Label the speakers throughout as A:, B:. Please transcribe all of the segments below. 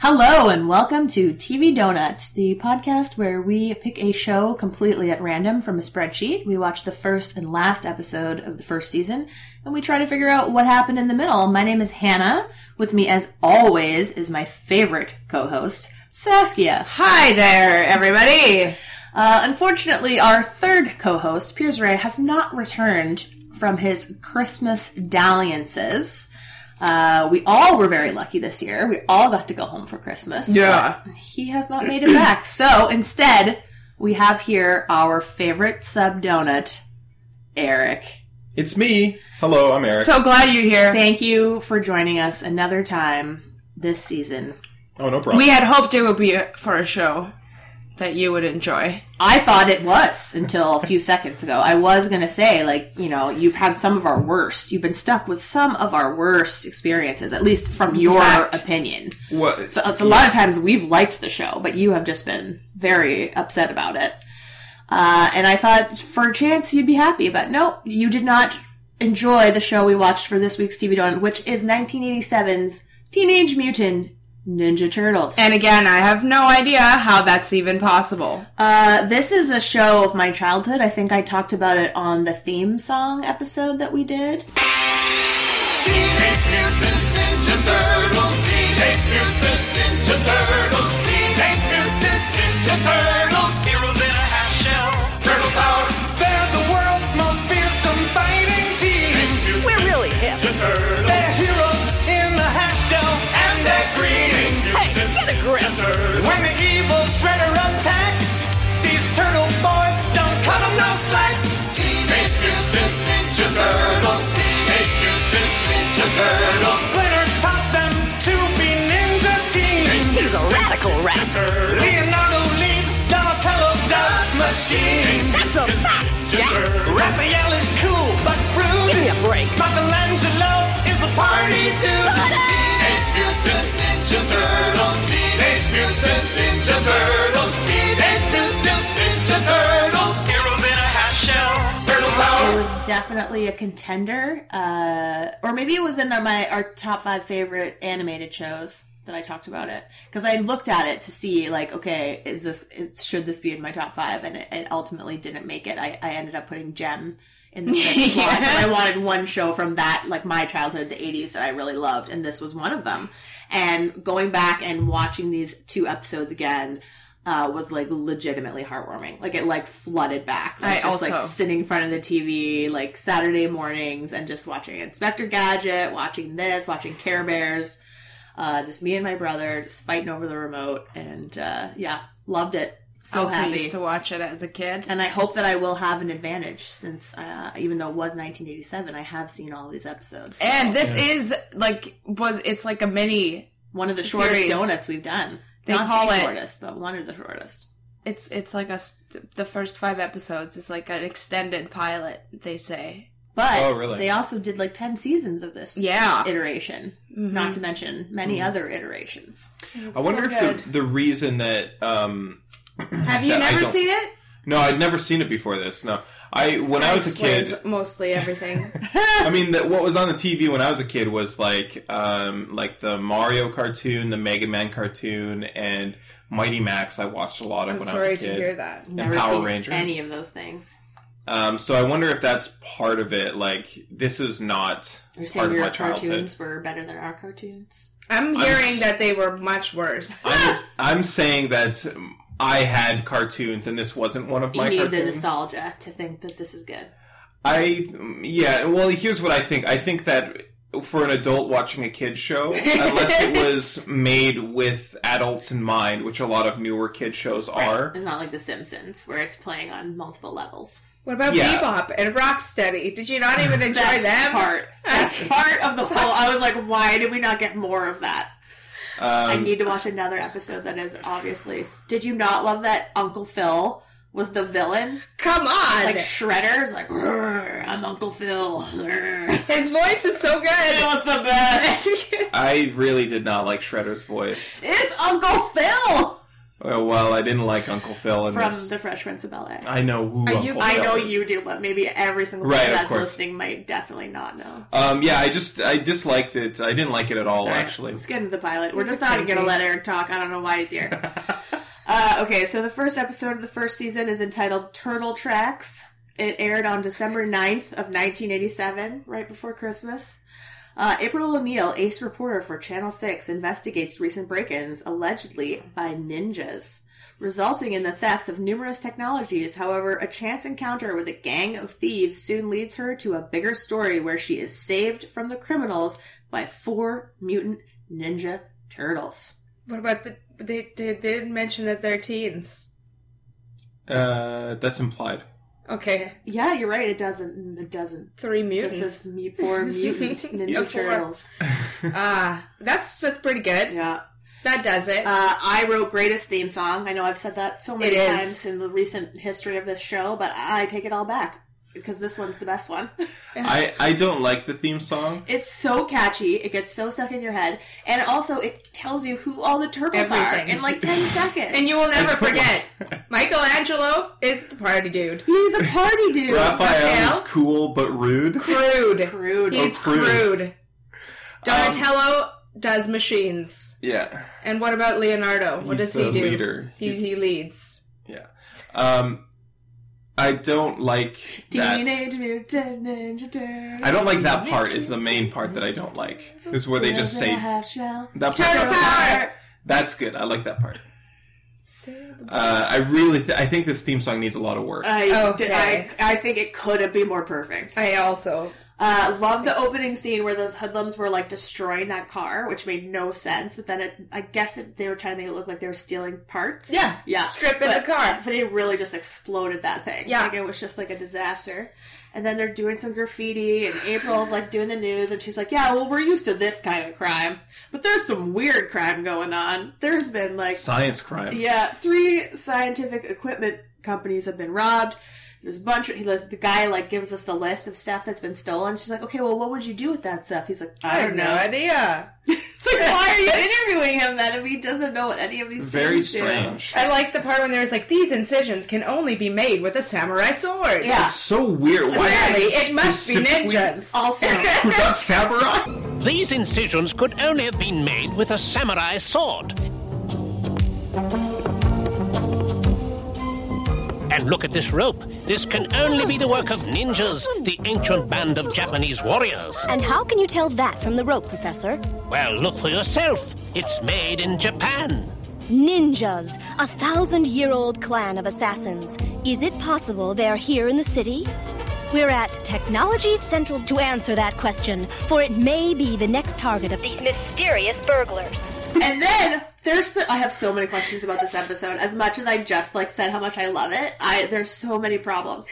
A: Hello and welcome to TV Donut, the podcast where we pick a show completely at random from a spreadsheet. We watch the first and last episode of the first season and we try to figure out what happened in the middle. My name is Hannah. With me, as always, is my favorite co host, Saskia.
B: Hi there, everybody.
A: Uh, unfortunately, our third co host, Piers Ray, has not returned from his Christmas dalliances. Uh, we all were very lucky this year. We all got to go home for Christmas.
B: Yeah.
A: but He has not made it back. So instead, we have here our favorite sub donut, Eric.
C: It's me. Hello, I'm Eric.
B: So glad you're here.
A: Thank you for joining us another time this season.
C: oh, no problem.
B: We had hoped it would be for a show that you would enjoy.
A: I thought it was until a few seconds ago. I was going to say, like, you know, you've had some of our worst. You've been stuck with some of our worst experiences, at least from your
B: fact.
A: opinion.
C: what?
A: So it's a lot of times we've liked the show, but you have just been very upset about it. Uh, and I thought for a chance you'd be happy, but no, you did not enjoy the show we watched for this week's TV Donut, which is 1987's Teenage Mutant Ninja Turtles.
B: And again, I have no idea how that's even possible.
A: Uh, this is a show of my childhood. I think I talked about it on the theme song episode that we did.
D: Teenage Mutant Ninja Turtles. Teenage Mutant Ninja Turtles. Teenage Mutant Ninja Turtles. Heroes in a half shell. Turtle power. They're the world's most fearsome fighting team. We're really hip. Ninja Turtles. They're heroes in a half shell. And they're green. Hey, get a grip. When the evil Shredder attacks, these turtle boys don't cut 'em no slack. Teenage Mutant Ninja Turtles. Teenage Mutant Ninja Turtles. Splinter taught them to be ninja teens. He's a radical rat. Leonardo leaves Donatello does machines. That's a fact, Jack. Raphael is cool but rude. Give me a break. Michelangelo is a party dude. Teenage Mutant Ninja Turtles. Teenage Mutant Ninja Turtles. Teenage Mutant Ninja Turtles. Heroes in a half shell. Turtle power.
A: It was definitely a contender, uh, or maybe it was in my our top five favorite animated shows that I talked about it because I looked at it to see like, okay, is this is, should this be in my top five? And it, it ultimately didn't make it. I, I ended up putting Gem in the fifth slot.
B: Yeah.
A: I wanted one show from that like my childhood, the '80s that I really loved, and this was one of them. And going back and watching these two episodes again. Uh, was like legitimately heartwarming. Like it like flooded back. I
B: I
A: was just like
B: also-
A: sitting in front of the TV like Saturday mornings and just watching Inspector Gadget, watching this, watching Care Bears. Uh, just me and my brother just fighting over the remote, and uh, yeah, loved it.
B: I
A: So
B: also
A: happy.
B: used to watch it as a kid.
A: and I hope that I will have an advantage since, uh, even though it was 1987, I have seen all these episodes. So
B: And this is like was it's like a mini.
A: one of the shortest
B: series.
A: donuts we've done.
B: They
A: Not
B: call
A: the
B: it-
A: shortest, but one of the shortest.
B: It's it's like a s- the first five episodes is like an extended pilot. They say.
A: But
C: Oh, really?
A: they also did like 10 seasons of this
B: Yeah. Mm-hmm.
A: iteration, not to mention many
C: Mm-hmm.
A: other iterations.
C: I wonder
B: so
C: if the, the reason that um
B: Have you
C: That I
B: never
C: don't-
B: seen it?
C: no, I'd never seen it before this. No, I when I was a
B: Explains
C: kid,
B: mostly everything.
C: I mean, that what was on the TV when I was a kid was like um like the Mario cartoon, the Mega Man cartoon, and Mighty Max. I watched a lot of
B: I'm
C: when I
B: sorry
C: was a kid.
B: to hear that.
C: And Power Rangers.
A: Any of those things.
C: Um, so I wonder if that's part of it. Like this is not
A: You're saying
C: part of
A: your
C: my childhood.
A: cartoons were better than our cartoons?
B: I'm hearing
C: s-
B: that they were much worse.
C: I'm, I'm saying that um, I had cartoons and this wasn't one of
A: You
C: my
A: need the
C: cartoons.
A: nostalgia to think that this is good.
C: I yeah. Well, here's what I think. I think that for an adult watching a kids show, unless it was made with adults in mind, which a lot of newer kid shows are.
A: It's not like The Simpsons, where it's playing on multiple levels.
B: What about
C: Yeah.
B: Bebop and Rocksteady? Did you not even enjoy
A: That's
B: them?
A: part. That's part of the whole. I was like, why did we not get more of that? I
C: Um,
A: need to watch another episode that is obviously. Did you not love that Uncle Phil was the villain?
B: Come on,
A: Like Shredder's like, "Rrr, I'm Uncle Phil. Rrr."
B: his voice is so
A: It
B: good.
A: was the best.
C: I really did not like Shredder's voice.
A: It's Uncle Phil.
C: Well, well, I didn't like Uncle Phil in
A: from
C: this.
A: the Fresh Prince of Bel Air.
C: I know who
B: Are
C: Uncle
B: you-
C: Phil
A: I know
C: is.
A: you do, but maybe every single
C: Oh, Right,
A: person
C: of
A: that's
C: course.
A: listening might definitely not know.
C: Um, yeah, I just I disliked it. I didn't like it at all,
A: All right,
C: actually.
A: let's get into the pilot. We're
B: This
A: just
B: is
A: not gonna
B: crazy.
A: let Eric talk. I don't know why he's here. uh, okay, so the first episode of the first season is entitled "Turtle Tracks." It aired on December 9th of 1987, right before Christmas. Uh, April O'Neil, ace reporter for Channel 6, investigates recent break-ins, allegedly by ninjas, resulting in the thefts of numerous technologies. However, a chance encounter with a gang of thieves soon leads her to a bigger story where she is saved from the criminals by four mutant ninja turtles.
B: What about the? but They, they, they didn't mention that they're teens.
C: Uh, that's implied.
B: Okay,
A: Yeah, you're right. It doesn't. It doesn't.
B: three mutants.
A: Just says me four mutant ninja
B: Yeah, four.
A: turtles.
B: Ah, that's that's pretty good.
A: Yeah.
B: That does it.
A: Uh, I wrote greatest theme song. I know I've said that so many
B: It is.
A: times in the recent history of this show, but I take it all back because this one's the best one.
C: I I don't like the theme song.
A: It's so catchy. It gets so stuck in your head, and also it tells you who all the turtles
B: Everything.
A: are in like ten seconds.
B: and you will never
C: I don't
B: forget. Michelangelo is the party dude.
A: he's a party dude.
C: Raphael is
B: Raphael?
C: cool but rude.
B: Crude.
A: Crude.
B: He's
C: Oh, crude.
B: crude. Donatello does machines.
C: Yeah,
B: And what about Leonardo? What
C: he's
B: does he
C: the
B: do?
C: leader.
B: He,
C: He's-
B: he leads.
C: yeah. Um, I don't like that.
A: Teenage Mutant Ninja Turtles.
C: I don't like that part. Is the main part that I don't like. Is where they just say
A: Half-shell.
C: that
B: Turtle
C: part.
B: power!
C: That's good. I like that part. Uh, I really, th- I think this theme song needs a lot of work.
A: I,
B: Okay.
A: I, I think it could have been more perfect.
B: I also.
A: Uh, love the opening scene where those hoodlums were like destroying that car, which made no sense. But then it, I guess it, they were trying to make it look like they were stealing parts.
B: Yeah.
A: yeah.
B: Stripping
A: but,
B: the car.
A: But they really just exploded that thing.
B: Yeah.
A: like it was just like a disaster. And then they're doing some graffiti, and April's like doing the news, and she's like, "Yeah, well, we're used to this kind of crime, but there's some weird crime going on. There's been like
C: Science crime.
A: yeah, three scientific equipment companies have been robbed. There's a bunch. Of, he lets the guy like gives us the list of stuff that's been stolen. She's like, "Okay, well, what would you do with that stuff?" He's like, "I,
B: I have
A: don't
B: no
A: know."
B: idea.
A: It's like, why are you interviewing him then if he doesn't know what any of these
C: Very
A: things do?
C: strange.
B: I like the part when there was like, these incisions can only be made with a samurai sword.
A: Yeah.
C: It's so weird. Why
B: Clearly,
C: did
B: it must be
C: specifically-
B: ninjas.
A: Also,
C: Who got samurai?
E: These incisions could only have been made with a samurai sword. And look at this rope. This can only be the work of ninjas, the ancient band of Japanese warriors.
F: And how can you tell that from the rope, Professor?
E: Well, look for yourself. It's made in Japan.
F: Ninjas, a thousand year old clan of assassins. Is it possible they are here in the city? We're at Technology Central to answer that question, for it may be the next target of these mysterious burglars.
A: and then there's so, I have so many questions about this episode. As much as I just like said how much I love it, I there's so many problems.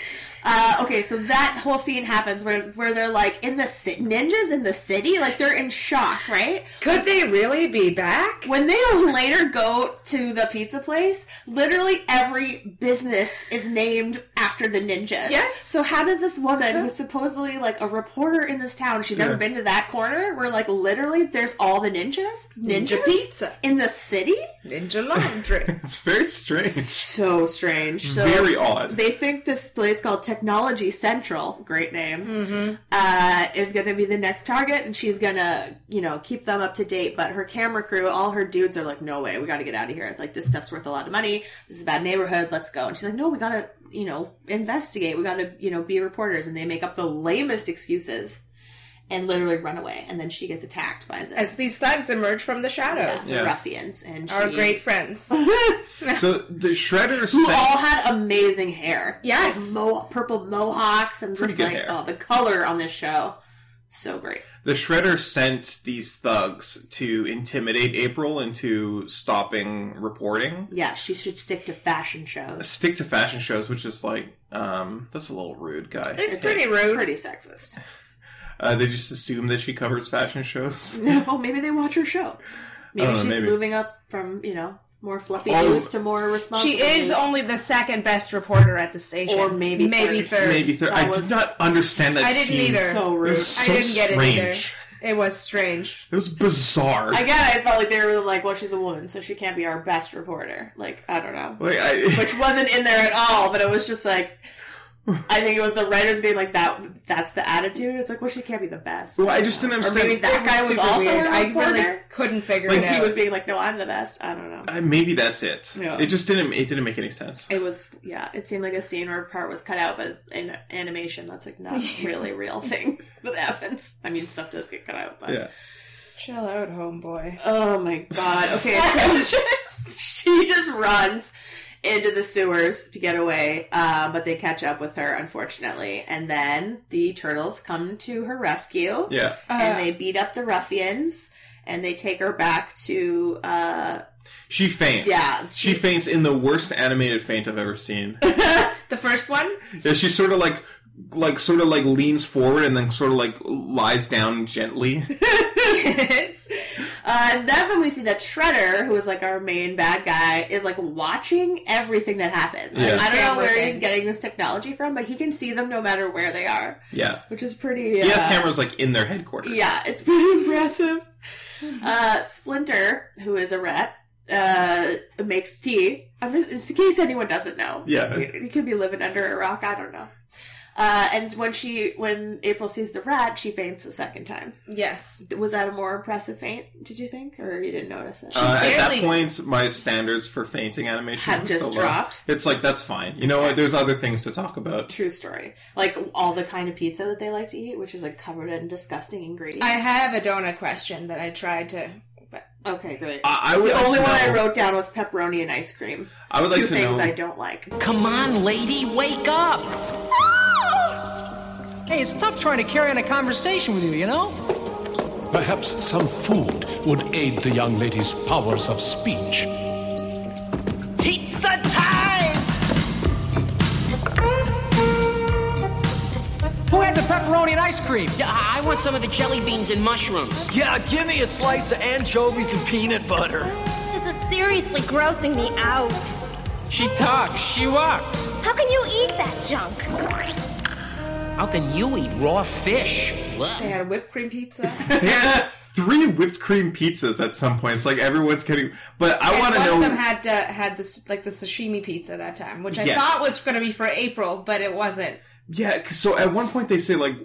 A: Uh, okay, so that whole scene happens where where they're like in the ci- ninjas in the city, like they're in shock, right?
B: Could they really be back?
A: When they later go to the pizza place, literally every business is named after the ninjas.
B: Yes.
A: So how does this woman, who's supposedly like a reporter in this town, she'd never
C: Yeah.
A: been to that corner, where like literally there's all the ninjas, ninjas
B: Ninja pizza.
A: in the city?
B: Ninja laundry.
C: It's very strange.
A: So strange. So
C: very odd.
A: They think this place called Technology Central, great name,
B: Mm-hmm.
A: uh, is going to be the next target, and she's going to, you know, keep them up to date. But her camera crew, all her dudes are like, no way, we got to get out of here. Like, this stuff's worth a lot of money. This is a bad neighborhood. Let's go. And she's like, no, we got to, you know, investigate. We got to, you know, be reporters. And they make up the lamest excuses and literally run away. And then she gets attacked by the
B: As these thugs emerge from the shadows.
A: the
C: Yeah.
A: ruffians. And she,
B: Our great friends.
C: So the Shredder
A: who
C: sent-
A: all had amazing hair. Like
B: Yes.
A: mo- purple mohawks and
C: Pretty
A: just
C: good
A: like
C: hair.
A: oh, the color on this show, so great.
C: the Shredder sent these thugs to intimidate April into stopping reporting.
A: Yeah, she should stick to fashion shows.
C: Stick to fashion shows, which is like, um, that's a little rude, guy.
B: It's pretty rude.
A: Pretty sexist.
C: Uh, they just assume that she covers fashion shows.
A: well, Oh, maybe they watch her show. Maybe
C: don't know,
A: she's
C: maybe.
A: moving up from you know more fluffy
C: Oh.
A: news to more responsible.
B: She is
A: news.
B: only the second best reporter at the station,
A: Or maybe
B: maybe
A: third.
B: third.
C: Maybe thir-
A: That
C: I
A: was
C: did not understand that.
B: I didn't
C: scene.
B: either.
A: so
C: It
A: rude.
C: was
B: I
C: so
B: didn't get it
C: strange.
B: either. It was strange.
C: It was bizarre.
A: Again, I felt like they were like, well, she's a woman, so she can't be our best reporter. Like, I don't know.
C: like, I,
A: Which wasn't in there at all, but it was just like, I think it was the writers being like, that. that's the attitude. It's like, well, she can't be the best.
C: well, I just didn't
A: or maybe
C: understand.
A: that guy was
B: Super
A: also
B: weird.
A: a
B: I
A: reporter.
B: really couldn't figure
C: Like,
B: it
A: he
B: out.
A: was being like, no, I'm the best. I don't know.
C: Uh, maybe that's it.
A: Yeah.
C: It just didn't. It didn't make any sense.
A: It was, yeah, it seemed like a scene where a part was cut out, but in animation, that's like not really a real thing that happens. I mean, stuff does get cut out, but.
C: Yeah.
B: Chill out, homeboy.
A: Oh my god. Okay, so just, she just runs into the sewers to get away, uh, but they catch up with her, unfortunately. And then the turtles come to her rescue,
C: Yeah.
A: and they beat up the ruffians, and they take her back to. Uh,
C: She faints.
A: Yeah,
C: She,
A: she-
C: faints in the worst animated faint I've ever seen.
B: The first one?
C: yeah, she sort of like like sort of like leans forward and then sort of like lies down gently.
A: kids. Uh, and that's when we see that Shredder, who is like our main bad guy, is like watching everything that happens.
C: Yeah.
A: I don't know where
B: Everything.
A: he's getting this technology from, but he can see them no matter where they are,
C: Yeah.
A: which is pretty. Uh,
C: He has cameras like in their headquarters.
A: Yeah, it's pretty impressive. Uh, Splinter, who is a rat, uh, makes tea. I'm just, it's in case anyone doesn't know.
C: Yeah.
A: You, you could be living under a rock. I don't know. Uh, and when she, when April sees the rat, she faints a second time.
B: Yes.
A: Was that a more impressive faint? Did you think, or you didn't notice it?
C: Uh, at that
B: barely-
C: point, my standards for fainting animation
A: Have
C: were
A: just
C: so low.
A: dropped.
C: It's like that's fine. You know what? There's other things to talk about.
A: True story. Like all the kind of pizza that they like to eat, which is like covered in disgusting ingredients.
B: I have a donut question that I tried to. But
A: okay, great.
C: I, I would
A: the
C: like
A: only
C: to
A: one I
C: know-
A: wrote down was pepperoni and ice cream.
C: I would like
A: Two
C: to
A: things
C: know-
A: I don't like.
G: Come on, lady, wake up!
H: Hey, it's tough trying to carry on a conversation with you, you know?
E: Perhaps some food would aid the young lady's powers of speech.
G: Pizza time!
H: Who had the pepperoni and ice cream?
G: Yeah, I I want some of the jelly beans and mushrooms.
I: Yeah, give me a slice of anchovies and peanut butter.
F: This is seriously grossing me out.
H: She talks, she walks.
F: How can you eat that junk?
G: How can you eat raw fish?
B: they had whipped cream pizza.
C: They had three whipped cream pizzas at some point. It's like everyone's getting. But I
B: And
C: want to
B: one
C: know.
B: of them had uh, had this like the sashimi pizza that time, which I
C: Yes.
B: thought was going to be for April, but it wasn't.
C: Yeah, 'cause- so at one point they say like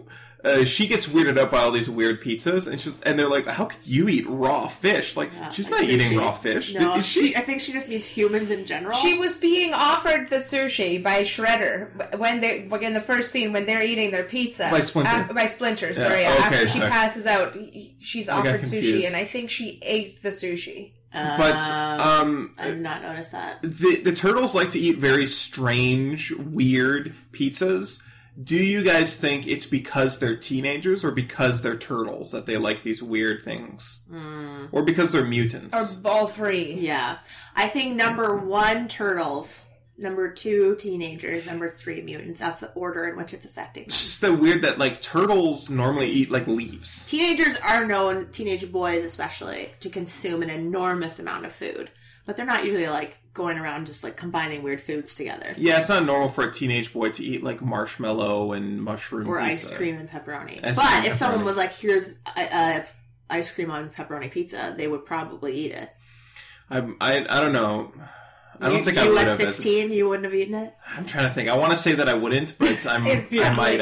C: uh, she gets weirded out by all these weird pizzas, and she's and they're like, "How could you eat raw fish?" Like she's not
A: Like
C: eating
A: sushi.
C: raw fish.
A: No,
C: Did- is
A: she, I think she just means humans in general.
B: She
C: Oh.
B: was being offered the sushi by Shredder when they in the first scene when they're eating their pizza
C: By Splinter. Oh,
B: Af- by Splinter, sorry.
C: okay,
B: after she
C: sorry.
B: passes out, he- she's
C: got
B: offered
C: confused.
B: sushi, and I think she ate the sushi.
C: but um,
A: I did not notice that.
C: the the turtles like to eat very strange, weird pizzas. Do you guys think it's because they're teenagers or because they're turtles that they like these weird things,
A: Hmm.
C: or because they're mutants?
B: All three.
A: Yeah, I think number one turtles, number two teenagers, number three mutants. That's the order in which it's affecting them.
C: it's just that weird that like turtles normally eat like leaves.
A: Teenagers are known, teenage boys especially, to consume an enormous amount of food, but they're not usually like going around just like combining weird foods together
C: Yeah, it's not normal for a teenage boy to eat like marshmallow and mushroom
A: or
C: pizza.
A: ice cream and pepperoni.
C: Ice
A: but
C: cream and
A: if someone
C: pepperoni.
A: was like, "Here's uh, ice cream on pepperoni pizza," they would probably eat it.
C: I, I, I don't know. I don't
A: you,
C: think
A: you
C: I would
A: at
C: have. as-
A: sixteen, you wouldn't have eaten it.
C: I'm trying to think. I want to say that I wouldn't, but I'm, I might
A: You would have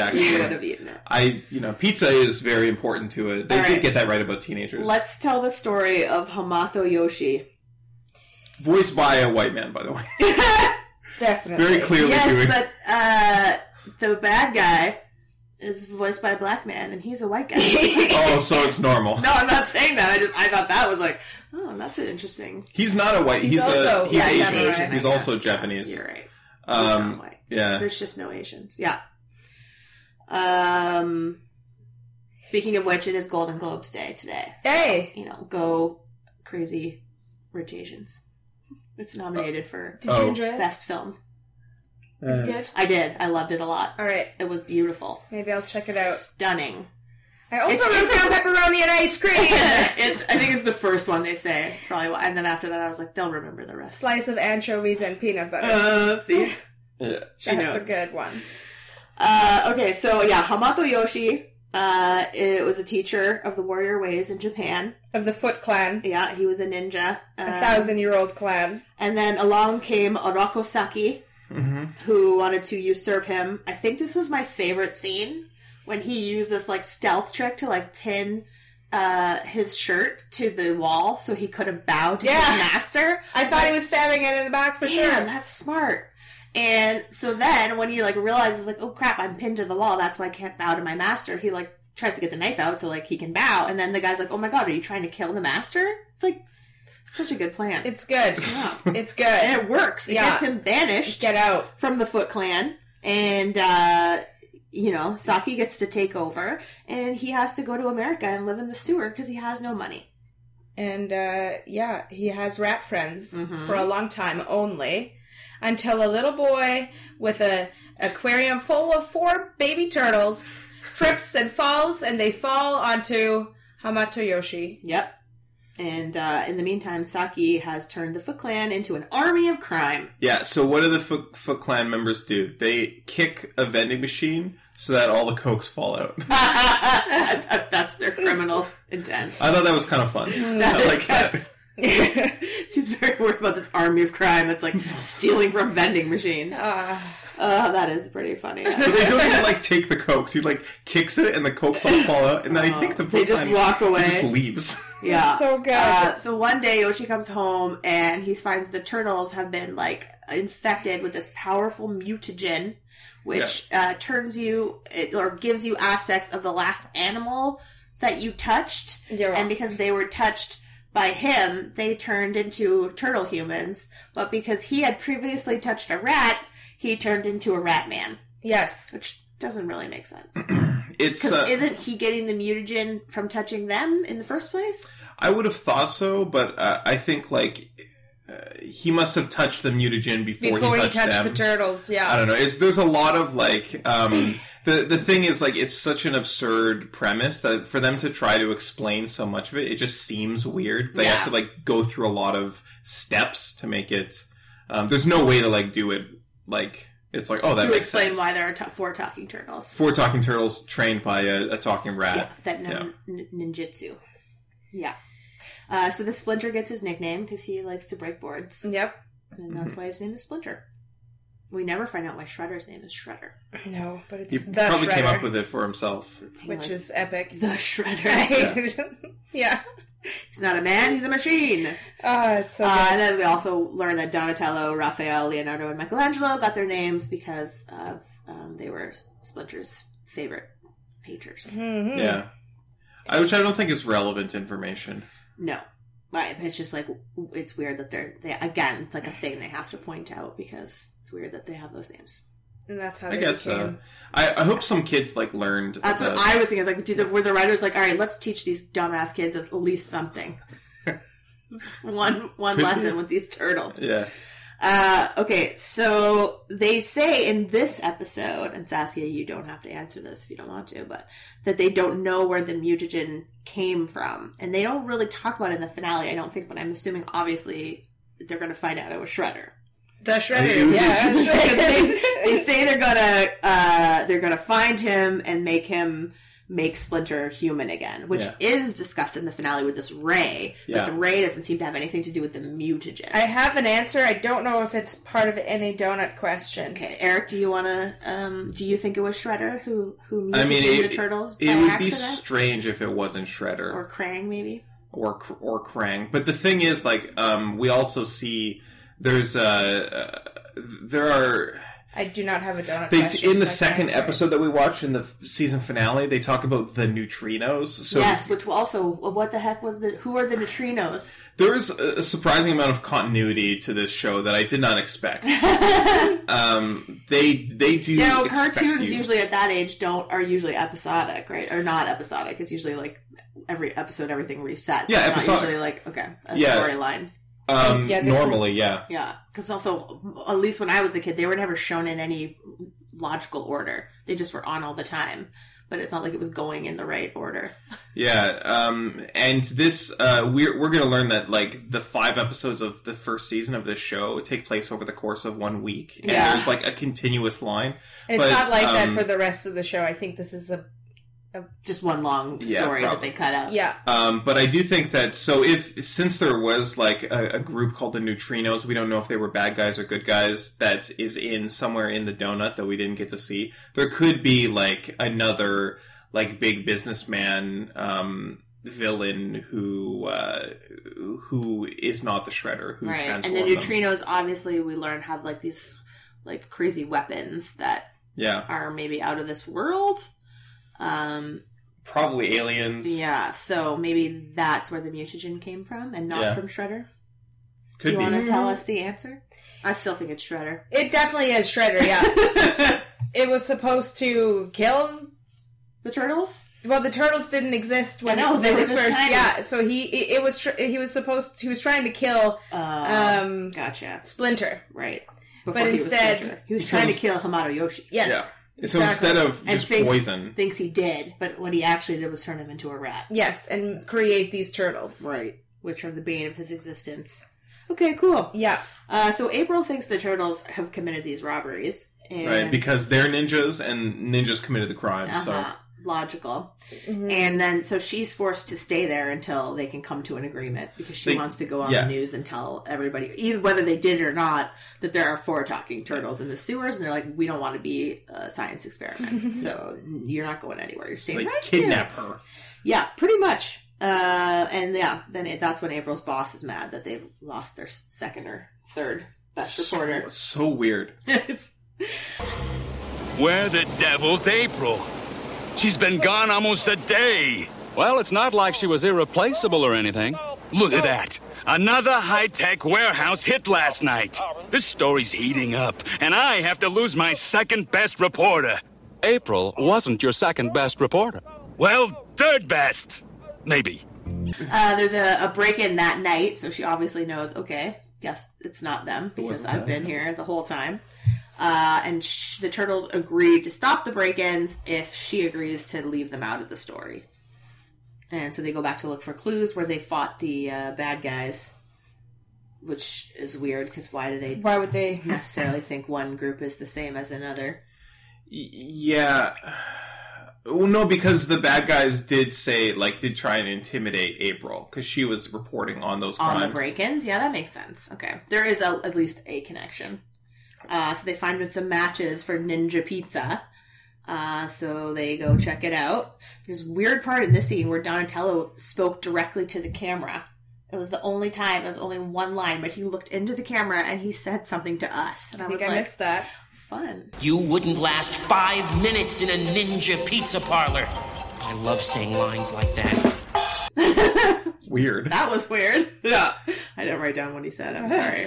C: actually.
A: eaten it.
C: I you know pizza is very important to it. They
A: All
C: did
A: right.
C: get that right about teenagers.
A: Let's tell the story of Hamato Yoshi.
C: Voiced by a white man, by the way,
B: Definitely.
C: very clearly doing.
A: Yes, but uh, the bad guy is voiced by a black man, and he's a white guy. no,
C: oh, so it's normal.
A: I'm not saying that. I just I thought that was like, oh, that's an interesting.
C: He's not a white. He's,
B: also-
C: a he's
B: yeah,
C: Asian.
B: Asian, I
C: he's
A: guess.
C: also
A: Yeah,
C: Japanese.
A: You're right. He's
C: um,
A: not white.
C: yeah.
A: There's just no Asians. Yeah. Um. Speaking of which, it is Golden Globes Day today. So,
B: Hey.
A: you know, go crazy, rich Asians. It's nominated for
B: Did
C: Oh.
B: you enjoy it?
A: best film.
B: It's good.
A: I did. I loved it a lot.
B: All right.
A: It was beautiful.
B: Maybe I'll check it out.
A: Stunning.
B: I also
A: It's-
B: wrote
A: it's-
B: down pepperoni and ice cream.
A: it's I think it's the first one they say. It's probably why. And then after that, I was like, they'll remember the rest.
B: Slice of anchovies and peanut butter.
A: Uh, see,
C: Yeah.
A: she
B: That's a
A: knows.
B: good one.
A: Uh, okay, so yeah, Hamato Yoshi Uh, it was a teacher of the warrior ways in Japan.
B: Of the Foot Clan,
A: Yeah, he was a ninja.
B: a
A: Um,
B: thousand year old clan.
A: And then along came Orokosaki, who wanted to usurp him. I think this was my favorite scene when he used this like stealth trick to like pin uh his shirt to the wall so he couldn't bow to
B: Yeah.
A: his master.
B: I thought he was stabbing it in the back for
A: Damn,
B: sure.
A: that's smart. And so then when he like realizes like, oh crap, I'm pinned to the wall, that's why I can't bow to my master, he like tries to get the knife out so like he can bow and then the guy's like, Oh my god, are you trying to kill the master? It's like such a good plan.
B: It's good. It's good.
A: and it works. It
B: Yeah.
A: gets him banished
B: Get out.
A: from the Foot Clan, and uh, you know Saki gets to take over, and he has to go to America and live in the sewer because he has no money.
B: And uh, yeah, he has rat friends
A: Mm-hmm.
B: for a long time only. Until a little boy with a aquarium full of four baby turtles trips and falls and they fall onto Hamato Yoshi.
A: Yep. And uh, in the meantime, Saki has turned the Foot Clan into an army of crime.
C: Yeah, so what do the Foot, Foot Clan members do? They kick a vending machine so that all the cokes fall out.
A: that's, that's their criminal intent.
C: I thought that was kind of fun. I
A: is
C: like that.
A: She's very worried about this army of crime that's like stealing from vending machines. oh, that is pretty funny.
C: But they don't even like take the cokes. He like kicks it, and the cokes all fall out. And then I think the
A: They
C: Foot
A: just
C: Clan-
A: walk
C: he
A: away.
C: just leaves.
A: Yeah.
B: so good.
A: Uh, so one day Yoshi comes home and he finds the turtles have been like infected with this powerful mutagen, which uh, turns you it, or gives you aspects of the last animal that you touched.
B: Yeah.
A: And because they were touched by him, they turned into turtle humans. But because he had previously touched a rat, he turned into a rat man,
B: Yes.
A: which doesn't really make sense.
C: It's
A: Because
C: uh,
A: isn't he getting the mutagen from touching them in the first place?
C: I would have thought so, but uh, I think like uh, he must have touched the mutagen before,
B: Before
C: he
B: he
C: touched,
B: touched
C: them.
B: the turtles, yeah.
C: I don't know. It's there's a lot of like um, the the thing is like it's such an absurd premise that for them to try to explain so much of it, it just seems weird. They have to like go through a lot of steps to make it. Um, there's no way to like do it like it's like oh that
A: to
C: makes
A: explain
C: sense.
A: why there are t- four talking turtles
C: Four talking turtles trained by a, a talking rat.
A: yeah, that nin- nin- ninjutsu. Yeah. Uh, so the Splinter gets his nickname because he likes to break boards,
B: Yep.
A: and that's why his name is Splinter. We never find out why Shredder's name is Shredder,
B: No, but it's
C: He
B: the
C: probably
B: shredder,
C: came up with it for himself.
B: which
A: Like,
B: is epic.
A: the Shredder.
B: Right? yeah.
A: he's not a man; he's a machine.
B: Oh, it's so
A: Uh,
B: good.
A: and then we also learn that Donatello, Raphael, Leonardo, and Michelangelo got their names because of um, they were Splinter's favorite
B: Mm-hmm.
A: painters.
C: Yeah. I, which I don't think is relevant information.
A: No, but it's just like it's weird that they're they again. It's like a thing they have to point out because it's weird that they have those names.
B: And that's how
C: I
B: they
C: guess
B: became.
C: uh, I, I hope some kids like learned.
A: That's what
C: the-
A: I was thinking. It's like, did the, were the writers like, all right, let's teach these dumbass kids at least something. one one
C: Could
A: lesson
C: be.
A: with these turtles.
C: Yeah.
A: Uh, okay, so they say in this episode, and Saskia, you don't have to answer this if you don't want to, but that they don't know where the mutagen came from, and they don't really talk about it in the finale. I don't think, but I'm assuming obviously they're going to find out it was Shredder.
B: The
C: Hey,
B: shredder.
A: because
B: Yeah.
A: they, they say they're gonna uh, they're gonna find him and make him make Splinter human again, which
C: Yeah.
A: is discussed in the finale with this Ray.
C: Yeah.
A: But the Ray doesn't seem to have anything to do with the mutagen.
B: I have an answer. I don't know if it's part of any donut question.
A: okay, Eric, do you wanna? Um, do you think it was Shredder who who mutated
C: I mean, it,
A: the turtles by
C: it would be
A: accident?
C: strange if it wasn't Shredder
A: or
C: or
A: Krang, maybe.
C: or, Kr- or Krang. But the thing is, like, um, we also see there's uh, uh, there are
B: I do not have a donut
C: they
B: question.
C: in the
B: so I can't
C: second
B: answer it.
C: episode that we watched in the f- season finale they talk about the neutrinos. So
A: yes, which also, what the heck was the? Who are the neutrinos?
C: there is a a surprising amount of continuity to this show that I did not expect. um, they they do
A: You know,
C: expect
A: cartoons
C: you-
A: usually at that age don't are usually episodic, right? Or not episodic. It's usually like every episode, everything resets.
C: Yeah,
A: it's Not
C: episodic.
A: usually like okay, a
C: Yeah.
A: storyline.
C: um,
B: Yeah, this
C: normally
B: is-
C: yeah
A: Yeah, because also at least when I was a kid, they were never shown in any logical order. They just were on all the time. But it's not like it was going in the right order.
C: yeah um, and this uh, we're we're gonna learn that like the five episodes of the first season of this show take place over the course of one week and
A: Yeah.
C: there's like a continuous line.
B: It's
C: But,
B: not like that
C: um,
B: for the rest of the show. I think this is a
A: just one long
C: Yeah,
A: story that
C: probably.
A: they cut out.
B: Yeah.
C: Um, but I do think that so if since there was like a, a group called the Neutrinos, we don't know if they were bad guys or good guys. That is in somewhere in the donut that we didn't get to see. There could be like another like big businessman um, villain who uh, who is not the Shredder who
A: right. And
C: transformed
A: the
C: them.
A: neutrinos, obviously, we learn have like these like crazy weapons that
C: Yeah,
A: are maybe out of this world. Um,
C: probably aliens.
A: yeah, so maybe that's where the mutagen came from, and not
C: Yeah.
A: from Shredder. Do
C: could
A: you
C: be.
A: want to tell us the answer? I still think it's Shredder.
B: It definitely is Shredder, yeah. it was supposed to kill.
A: The turtles.
B: Well, the turtles didn't exist when
A: I know, they
B: when
A: were
B: it
A: just tiny.
B: Yeah, so he it it was tr- he was supposed he was trying to kill
A: Uh,
B: um
A: gotcha.
B: Splinter.
A: Right.
B: But instead-
A: he was, Splinter. he was trying to
C: Becomes-
A: kill Hamato Yoshi.
B: Yes.
C: Yeah.
B: exactly.
C: So instead of just
A: thinks,
C: poison,
A: thinks he did, but what he actually did was turn him into a rat.
B: Yes, and create these turtles.
A: Right. Which are the bane of his existence. Okay, cool.
B: Yeah.
A: Uh, so April thinks the turtles have committed these robberies. And
C: right? Because they're ninjas and ninjas committed the crime. So.
A: Uh-huh. Logical. And then, so she's forced to stay there until they can come to an agreement because she
C: They-
A: wants to go on
C: yeah.
A: the news and tell everybody, either whether they did or not, that there are four talking turtles in the sewers and they're like, we don't want to be a science experiment. so you're not going anywhere. You're staying
C: Like
A: right here.
C: kidnap her.
A: Yeah, pretty much. Uh, and yeah, then it, that's when April's boss is mad that they've lost their s- second or third best reporter.
C: So weird.
A: It's-
J: Where the devil's April? She's been gone almost a day. Well, it's not like she was irreplaceable or anything. Look at that. Another high tech warehouse hit last night. This story's heating up, and I have to lose my second best reporter. April wasn't your second best reporter. Well, third best. Maybe.
A: uh, there's a, a break in that night, so she obviously knows. Okay, yes, it's not them because I've been here the whole time. Uh, and sh- the turtles agree to stop the break-ins if she agrees to leave them out of the story. And so they go back to look for clues where they fought the uh, bad guys, which is weird because why do they
B: Why would they?
A: necessarily think one group is the same as another.
C: Y- yeah. Well, no, because the bad guys did say, like, did try and intimidate April because she was reporting on those
A: On
C: crimes.
A: the break-ins, yeah, that makes sense. Okay, there is a, at least a connection. Uh, so they find some matches for Ninja Pizza. Uh, so they go check it out. There's a weird part in this scene where Donatello spoke directly to the camera. It was the only time. It was only one line, but he looked into the camera and he said something to us, and I,
B: I think
A: was
B: I
A: like,
B: missed that.
A: "Fun."
G: You wouldn't last five minutes in a ninja pizza parlor. I love saying lines like that.
C: Weird.
A: That was weird.
C: Yeah.
A: I didn't write down what he said. I'm sorry.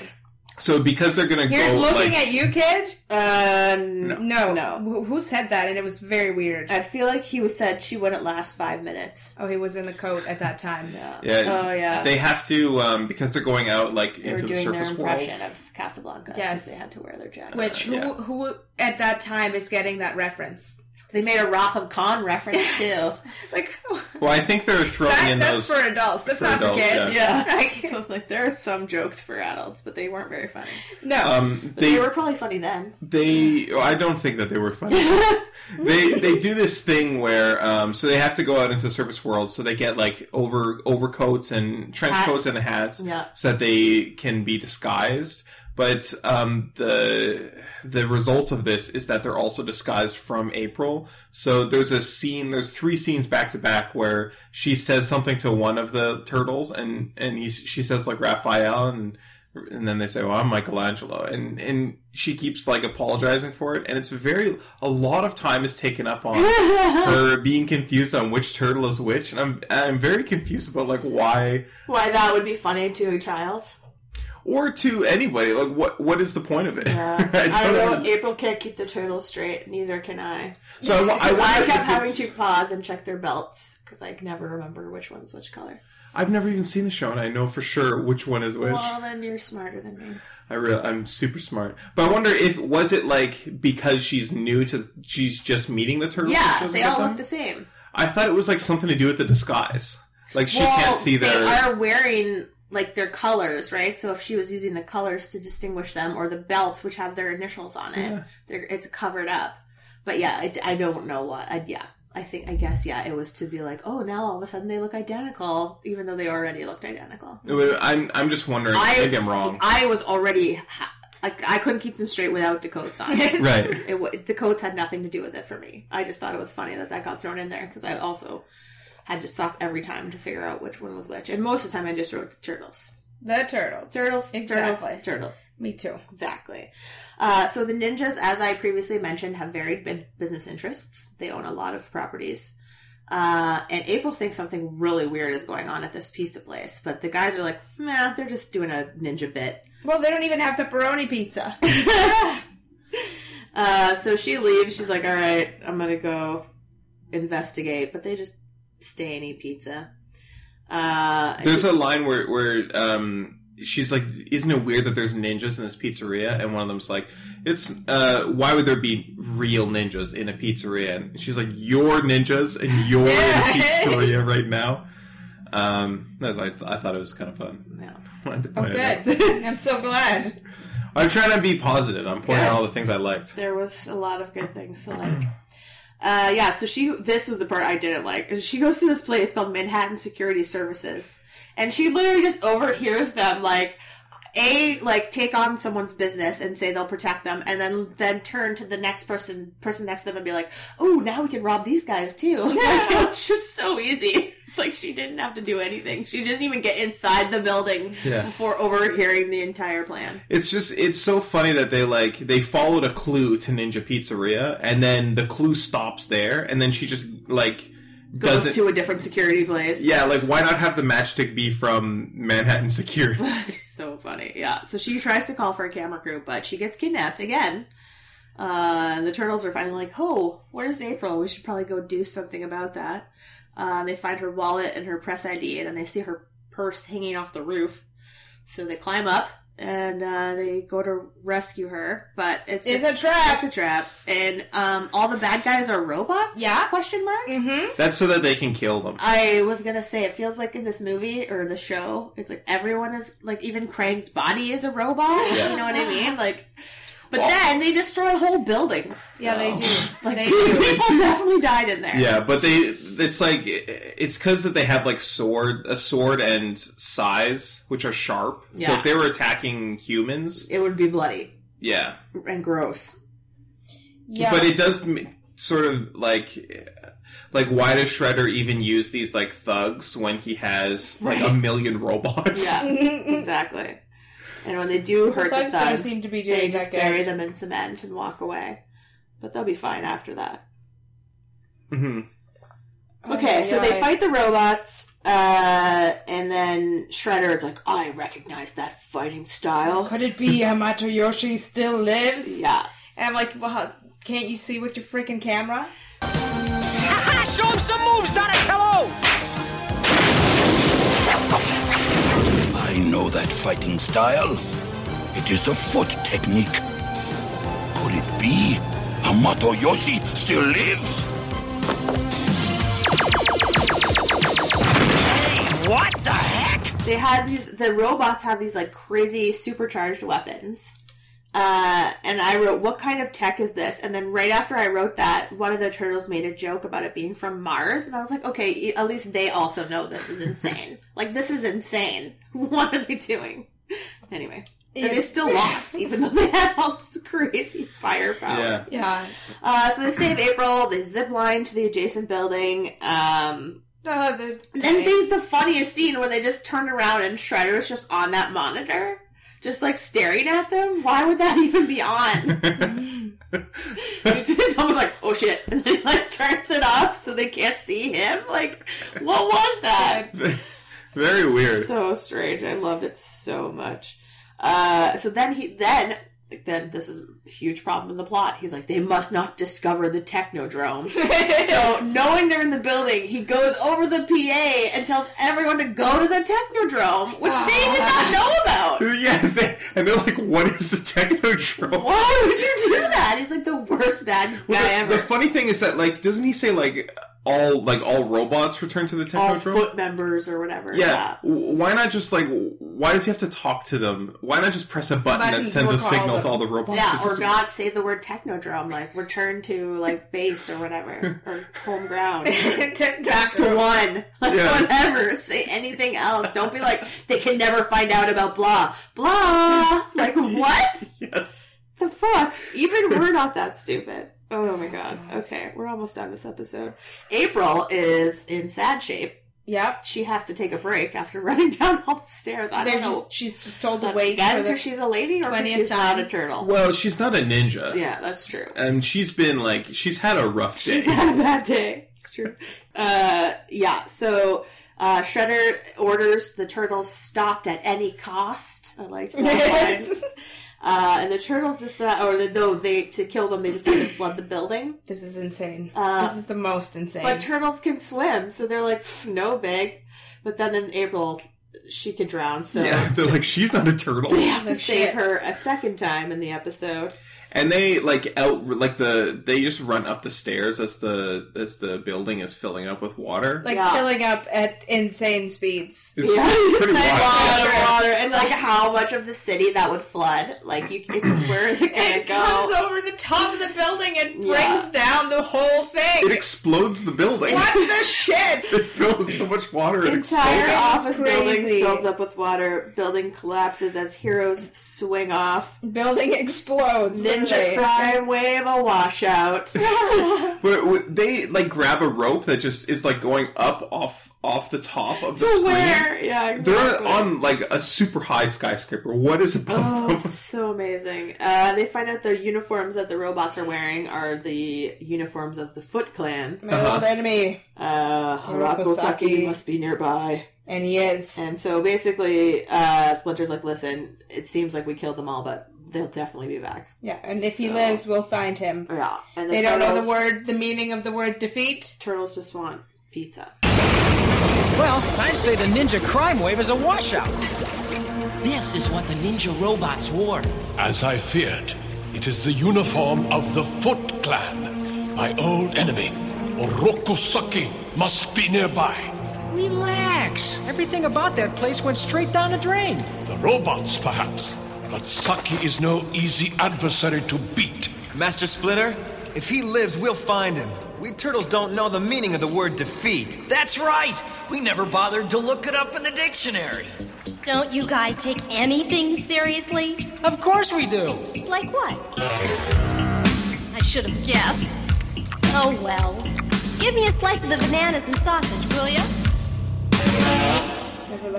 C: So because they're gonna
B: Here's
C: go
B: looking
C: Oh, like
B: at you, kid.
A: Um,
B: No,
A: No.
B: Who- Who said that? And it was very weird.
A: I feel like he was said she wouldn't last five minutes.
B: oh, he was in the coat at that time.
C: yeah,
A: Oh, yeah.
C: they have to um, because they're going out like
A: They were
C: into the
A: doing their
C: surface world.
A: impression of Casablanca. 'cause
B: Yes.
A: they had to wear their jacket.
B: Which who
C: yeah.
B: who at that time is getting that reference?
A: they made a Wrath of Khan reference too.
B: Like
C: Well, I think they're throwing
B: that,
C: in
B: that's
C: those.
B: for adults. That's
C: for
B: not
C: adults,
B: for kids.
A: Yeah, so it's like there are some jokes for adults, but they weren't very funny.
B: No.
C: um,
A: But they, were probably funny then.
C: they oh, i don't think that they were funny they they do this thing where um, so they have to go out into the surface world so they get like over overcoats and trench
A: Hats.
C: coats and hats
A: Yeah.
C: so that they can be disguised but um, the the result of this is that they're also disguised from April. So there's a scene, there's three scenes back to back where she says something to one of the turtles, and and he, she says like Raphael, and and then they say, "Well, I'm Michelangelo," and and she keeps like apologizing for it, and it's very a lot of time is taken up on her being confused on which turtle is which, and I'm I'm very confused about like why
A: Why that would be funny to a child?
C: or to anybody like what what is the point of it? I
A: I don't know.
C: under-
A: April can't keep the turtles straight. Neither can I.
C: So I, wa- I,
A: Because
C: wonder
A: I,
C: if
A: kept having
C: it's-
A: to pause and check their belts because I can never remember which one's which color.
C: I've never even seen the show, and I know for sure which one is which.
A: Well, then you're smarter than me.
C: I real I'm super smart, but I wonder if was it like because she's new to she's just meeting the turtles. and she
A: Yeah,
C: doesn't
A: they
C: get
A: all
C: them?
A: look the same.
C: I thought it was like something to do with the disguise. Like she
A: Well,
C: can't see their.
A: They are wearing like their colors, right? So if she was using the colors to distinguish them, or the belts which have their initials on it, they're, it's covered up. But yeah, I, I don't know what. I, yeah, I think I guess yeah, it was to be like, oh, now all of a sudden they look identical, even though they already looked identical.
C: It was- I'm I'm just wondering.
A: I
C: maybe I'm wrong.
A: I was already ha- like I couldn't keep them straight without the coats on.
C: Right.
A: It, wa- the coats had nothing to do with it for me. I just thought it was funny that that got thrown in there because I also had to stop every time to figure out which one was which, and most of the time I just wrote the turtles.
B: The turtles.
A: Turtles,
B: Exactly.
A: turtles, turtles.
B: Me too.
A: Exactly. Uh, so the ninjas, as I previously mentioned, have varied bu- business interests. They own a lot of properties. Uh, and April thinks something really weird is going on at this pizza place, but the guys are like, nah, they're just doing a ninja bit.
B: Well, they don't even have pepperoni pizza.
A: Uh, so she leaves. She's like, all right, I'm going to go investigate. But they just stay and eat pizza. Uh,
C: There's a line where where um she's like, "Isn't it weird that there's ninjas in this pizzeria?" And one of them's like, "It's uh, why would there be real ninjas in a pizzeria?" And she's like, "You're ninjas, and you're in a pizzeria right now." Um, that was, I, I thought it was kind of fun.
A: Yeah.
C: Wanted to
B: Oh,
C: point it out.
B: good. I'm so glad.
C: I'm trying to be positive. I'm pointing out all the
A: Good.
C: things I liked.
A: there was a lot of good things to like. Uh, yeah, so she this was the part I didn't like. She goes to this place called Manhattan Security Services, and she literally just overhears them like a like take on someone's business and say they'll protect them, and then then turn to the next person person next to them and be like, "Oh, now we can rob these guys too." Like, it was just so easy. It's like she didn't have to do anything. She didn't even get inside the building
C: Yeah.
A: before overhearing the entire plan.
C: It's just it's so funny that they like they followed a clue to Ninja Pizzeria, and then the clue stops there, and then she just like
A: Goes
C: doesn't.
A: to a different security place.
C: Yeah, like why not have the matchstick be from Manhattan Security?
A: so funny. Yeah. So she tries to call for a camera crew, but she gets kidnapped again. Uh, and the turtles are finally like, "Oh, where's April? We should probably go do something about that." Uh, they find her wallet and her press ID, and then they see her purse hanging off the roof. So they climb up and uh, they go to rescue her, but it's
B: It's a trap.
A: It's a trap, and um, all the bad guys are robots.
B: Yeah.
A: Question mark.
B: Mm-hmm.
C: That's so that they can kill them.
A: I was gonna say it feels like in this movie or the show, it's like everyone is like even Krang's body is a robot.
C: Yeah.
A: You know what I mean? Like, but
C: Well-
A: then they destroy whole buildings.
B: Yeah,
A: so-
B: they do.
A: Like
B: They
A: people
B: do.
A: definitely died in there.
C: Yeah, but they it's like it's because that they have like sword a sword and size which are sharp. So
A: Yeah.
C: if they were attacking humans,
A: It would be bloody
C: yeah.
A: and gross.
B: Yeah.
C: But it does m- sort of like like why does Shredder even use these like thugs when he has like a
A: Right.
C: million robots?
A: Yeah, exactly. And when they do
B: So
A: hurt
B: thugs
A: the
B: don't
A: thugs,
B: seem to be
A: they
B: doing
A: just
B: that good.
A: bury them in cement and walk away. But they'll be fine after that.
C: hmm
B: Oh,
A: Okay, so they fight the robots, uh, and then Shredder is like, I recognize that fighting style.
B: Could it be Yamato Yoshi still lives?
A: Yeah.
B: And I'm like, well, can't you see with your freaking camera?
H: Haha, show him some moves, Donatello!
I: I know that fighting style. It is the foot technique. Could it be Hamato Yoshi still lives?
G: What the heck?
A: They had these, the robots have these like crazy supercharged weapons. Uh, and I wrote, What kind of tech is this? And then right after I wrote that, one of the turtles made a joke about it being from Mars. And I was like, Okay, at least they also know this is insane. like, this is insane. What are they doing? Anyway. And they still lost, even though they had all this crazy firepower.
C: Yeah.
B: Yeah.
A: Uh, so they save April. They zip line to the adjacent building. Um,
B: Uh, the
A: and there's the funniest scene when they just turn around and Shredder's just on that monitor, just like staring at them. Why would that even be on? it's, it's almost like oh shit, and then he, like turns it off so they can't see him. Like, what was that?
C: Very weird.
A: So strange. I loved it so much. Uh, so then he then then this is a huge problem in the plot. He's like, they must not discover the technodrome. so knowing they're in the building, he goes over the PA and tells everyone to go to the technodrome, which they did not know
C: Ah.
A: about.
C: Yeah, they, and they're like, "What is the technodrome?"
A: Why would you do that? He's like the worst bad guy
C: Well, the,
A: ever.
C: the funny thing is that, like, doesn't he say like all like all robots return to the
A: all
C: technodrome?
A: foot members or whatever.
C: yeah. W- Why not just like? w- Why does he have to talk to them? Why not just press a button that
A: Buttons
C: sends a
A: will call
C: signal to
A: them.
C: all the robots?
A: Yeah,
C: It
A: or
C: doesn't-
A: not say the word technodrome, like return to like base or whatever, or home ground, back to one, like
D: Yeah.
A: whatever. Say anything else. Don't be like they can never find out about blah blah. Like what?
C: yes.
A: The fuck? Even we're not that stupid. Oh my god. Okay, we're almost done this episode. April is in sad shape.
B: Yep.
A: She has to take a break after running down all the stairs. I
B: They're
A: don't know.
B: just- she's just told to
A: Is that
B: wait
A: again
B: for the
A: because she's a lady or because
B: 20th
A: she's not
B: time?
A: a turtle.
C: Well, she's not a ninja.
A: Yeah, that's true.
C: And she's been like she's had a rough day.
A: She's had a bad day. It's true. Uh, yeah. So uh, Shredder orders the turtles stopped at any cost. I liked that line. Uh, and the turtles decide, or the, though they to kill them, they decide to flood the building.
B: This is insane.
A: Uh,
B: this is the most insane.
A: But turtles can swim, so they're like, "Pff, no big. But then in April, she could drown, so
C: Yeah, they're like she's not a turtle.
A: they have to save her a second time in the episode.
C: And they like out like the they just run up the stairs as the as the building is filling up with water.
B: like filling up at insane speeds.
C: It's Yeah.
A: It's
C: pretty wild.
A: a lot of water, and like how much of the city that would flood? Like, you, it's, where is it gonna
B: It
A: go?
B: comes over the top of the building and brings
A: Yeah.
B: down the whole
C: it
B: thing.
C: explodes the building.
B: what the shit?
C: It fills so much water. It
A: entire
C: explodes.
A: office building fills up with water. Building collapses as heroes swing off.
B: Building explodes.
A: Ninja
B: literally.
A: crime wave a washout.
C: Where- where- they like grab a rope that just is like going up off off the top of the
A: To
C: screen.
A: where? Yeah,
C: They're
A: exactly.
C: on like a super high skyscraper. What is above
A: Oh,
C: them?
A: it's so amazing. Uh, they find out the uniforms that the robots are wearing are the uniforms of the Foot Clan.
B: My old enemy.
A: Uh, Harako Saki
B: Hirokosaki.
A: must be nearby.
B: And he is.
A: And so basically, uh, Splinter's like, listen, it seems like we killed them all, but they'll definitely be back.
B: yeah, and if he
A: So-
B: lives, we'll find him.
A: Yeah. And the
B: They don't know
A: turtles-
B: the word, the meaning of the word defeat.
A: Turtles just want pizza.
H: Well, I'd say the ninja crime wave is a washout.
G: This is what the ninja robots wore.
K: As I feared, it is the uniform of the Foot Clan. My old enemy, Orokusaki, must be nearby.
H: Relax. Everything about that place went straight down the drain.
K: The robots, perhaps. But Saki is no easy adversary to beat.
L: Master Splitter, if he lives, we'll find him. We turtles don't know the meaning of the word defeat. That's right! We never bothered to look it up in the dictionary.
F: Don't you guys take anything seriously?
H: Of course we do.
F: Like what? I should have guessed. Oh well. Give me a slice of the bananas and sausage, will you?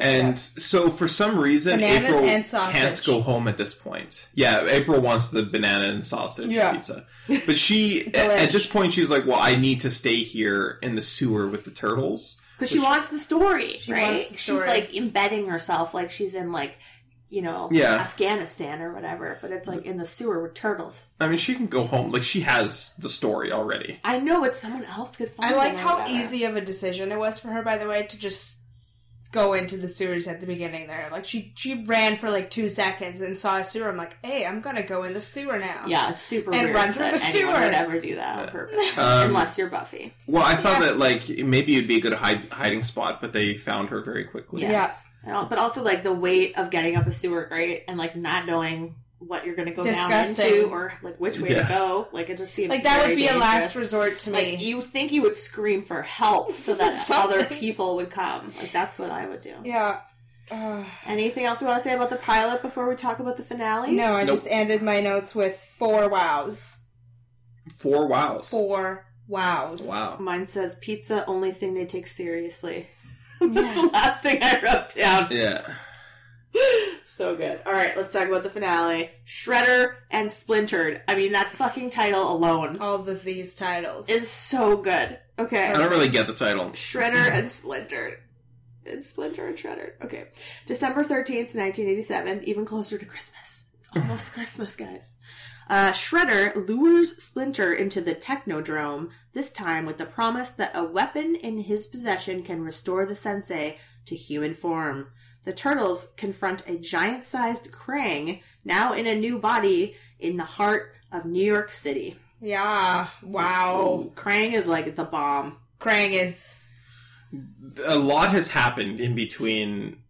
C: And so for some reason,
F: Bananas
C: April
F: and sausage.
C: can't go home at this point. Yeah, April wants the banana and sausage
B: Yeah.
C: pizza, but she at, at this point she's like, "Well, I need to stay here in the sewer with the turtles."
A: Because she wants the story,
C: She
A: right?
C: wants the
A: She's
C: story.
A: like embedding herself, like she's in like, you know,
C: Yeah.
A: Afghanistan or whatever. But it's like in the sewer with turtles.
C: I mean, she can go home. Like she has the story already.
A: I know what someone else could find.
B: I like
A: it or
B: how
A: whatever.
B: easy of a decision it was for her, by the way, to just go into the sewers at the beginning there. Like she she ran for like two seconds and saw a sewer. I'm like, hey, I'm gonna go in the sewer now.
A: Yeah, it's super
B: And
A: weird
B: run through
A: that
B: the
A: anyone
B: sewer.
A: would ever do that on purpose,
C: Um,
A: unless you're Buffy.
C: Well, I thought
A: Yes.
C: that like maybe it'd be a good hide- hiding spot, but they found her very quickly.
A: Yes, And al- but also like the weight of getting up a sewer grate and like not knowing what you're going to go
B: Disgusting.
A: down into or like which way
B: Yeah.
A: to go. Like it just seems
B: Like, that would
A: very
B: be a last
A: dangerous.
B: resort to
A: Like, e-
B: me.
A: You think you would scream for help so that other people would come. Like that's what I would do.
B: Yeah. Uh,
A: Anything else we want to say about the pilot before we talk about the finale?
B: no, I just ended my notes with four wows.
C: Four wows.
B: Four wows.
C: Wow.
A: Mine says pizza only thing they take seriously. That's the last thing I wrote down.
C: Yeah.
A: So good. All right, let's talk about the finale. Shredder and Splintered. I mean, that fucking title alone.
B: All of these titles
A: is so good. Okay,
C: I don't really get the title.
A: Shredder and Splintered. And Splinter and Shredder. Okay. December 13th, 1987, even closer to Christmas. It's almost Christmas, guys. Uh, Shredder lures Splinter into the Technodrome, this time with the promise that a weapon in his possession can restore the sensei to human form. The turtles confront a giant sized Krang, now in a new body, in the heart of New York City.
B: Yeah. Wow.
A: Krang is like the bomb.
B: Krang is
C: A lot has happened in between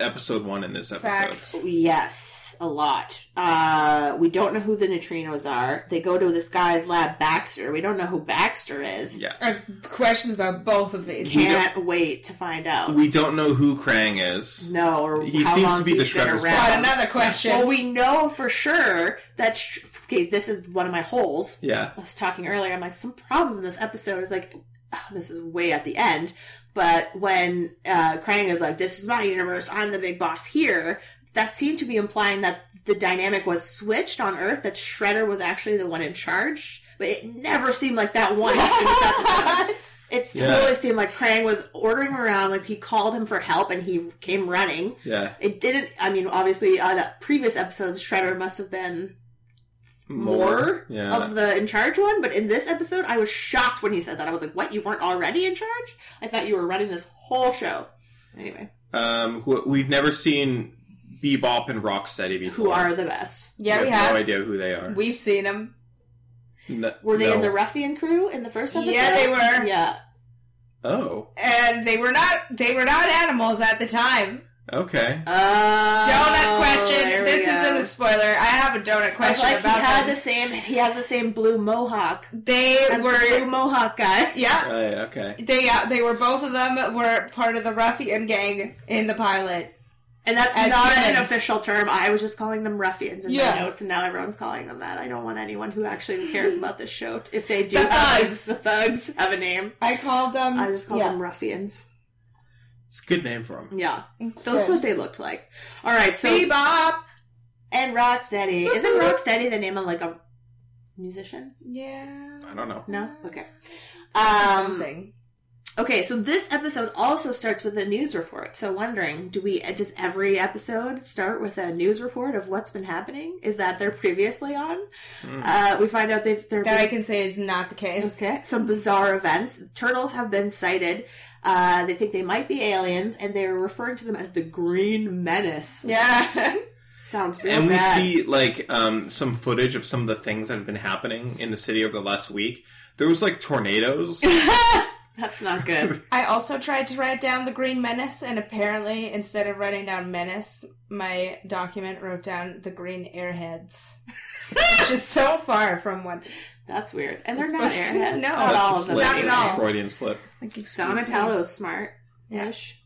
C: episode one and this episode.
A: Yes, a lot. Uh, we don't know who the neutrinos are. They go to this guy's lab, Baxter. We don't know who Baxter is.
C: Yeah.
B: I have questions about both of these.
C: We
A: Can't wait to find out.
C: We don't know who Krang is.
A: No, or
C: He
A: how
C: seems
A: long
C: to be the
A: he's been
C: Shredder's
A: around.
C: boss. Got
B: another question.
A: Well, we know for sure that. Sh- okay, this is one of my holes.
C: Yeah.
A: I was talking earlier. I'm like, some problems in this episode. It's like, oh, this is way at the end. But when uh, Krang is like, "This is my universe. I'm the big boss here," that seemed to be implying that the dynamic was switched on Earth. That Shredder was actually the one in charge. But it never seemed like that once in this episode. It
C: Yeah.
A: totally seemed like Krang was ordering him around. Like he called him for help, and he came running.
C: Yeah.
A: It didn't. I mean, obviously, on uh, previous episodes, Shredder must have been more
C: Yeah.
A: of the in charge one, but in this episode, I was shocked when he said that. I was like, "What? You weren't already in charge? I thought you were running this whole show." Anyway,
C: um, who, we've never seen Bebop and Rocksteady before.
A: who are the best?
B: Yeah, we
C: have
B: have.
C: no idea who they are.
B: We've seen them.
C: No-
A: Were they in
C: no.
A: the Ruffian crew in the first episode?
B: Yeah, they were.
A: Yeah.
C: Oh,
B: And they were not they were not animals at the time.
C: okay.
B: Donut question.
A: Oh, there we
B: This
A: go.
B: isn't a spoiler. I have a donut
A: I was
B: question
A: like, he
B: about
A: had
B: them.
A: the same. He has the same blue mohawk.
B: They
A: As the
B: were
A: blue mohawk guy.
B: Yeah.
C: Right, Oh, okay.
B: They uh, they were both of them were part of the ruffian gang in the pilot.
A: And that's
B: As
A: not an
B: humans.
A: official term. I was just calling them ruffians in
B: Yeah.
A: my notes, and now everyone's calling them that. I don't want anyone who actually cares about this show. t- If they do,
B: The
A: have-
B: thugs.
A: the thugs have a name.
B: I called them.
A: I just call
B: yeah.
A: them ruffians.
C: It's a good name for him.
A: Yeah, so that's
B: good.
A: what they looked like. All right, so
B: Bebop.
A: and Rocksteady isn't Rocksteady the name of like a musician?
B: Yeah.
C: I don't know.
A: No, okay. Um,
B: Uh, Something.
A: okay, so this episode also starts with a news report. So wondering, do we does every episode start with a news report of what's been happening? Is that they're previously on? Uh, we find out they've they're
B: That I can say is not the case.
A: Okay, some bizarre events. Turtles have been sighted. Uh, they think they might be aliens, and they're referring to them as the Green Menace. which
B: Yeah.
A: sounds real
C: And we
A: bad.
C: see like um, some footage of some of the things that have been happening in the city over the last week. There was like tornadoes.
A: That's not good.
B: I also tried to write down the Green Menace, and apparently, instead of writing down menace, my document wrote down the Green Airheads, which is so far from what.
A: That's weird. And
B: It's
A: they're not
B: supposed to-
A: airheads.
B: no.
A: Oh, not
C: That's
A: all
C: a
A: of them.
C: slip.
B: Not at all.
C: Freudian slip.
B: Like, excuse me.
A: Donatello's smart ish.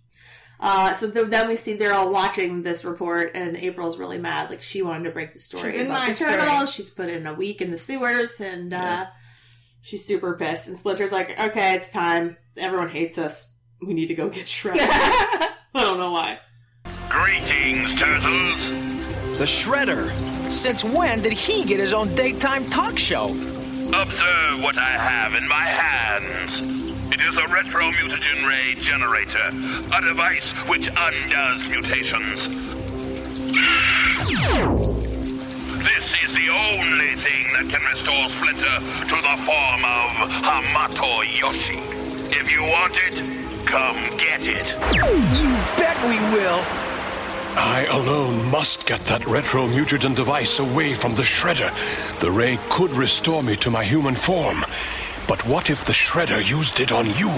A: Uh, so th- then we see they're all watching this report, and April's really mad. Like she wanted to break the story
B: didn't
A: about
B: like
A: the
B: story.
A: turtles. She's put in a week in the sewers, and uh, she's super pissed. And Splinter's like, "Okay, it's time. Everyone hates us. We need to go get shredded." I don't know why.
I: Greetings, turtles.
H: The Shredder. Since when did he get his own daytime talk show?
I: Observe what I have in my hands. It is a retro mutagen ray generator, a device which undoes mutations. This is the only thing that can restore Splinter to the form of Hamato Yoshi. If you want it, come get it.
H: You bet we will.
K: I alone must get that retro mutagen device away from the Shredder. The ray could restore me to my human form. But what if the Shredder used it on you?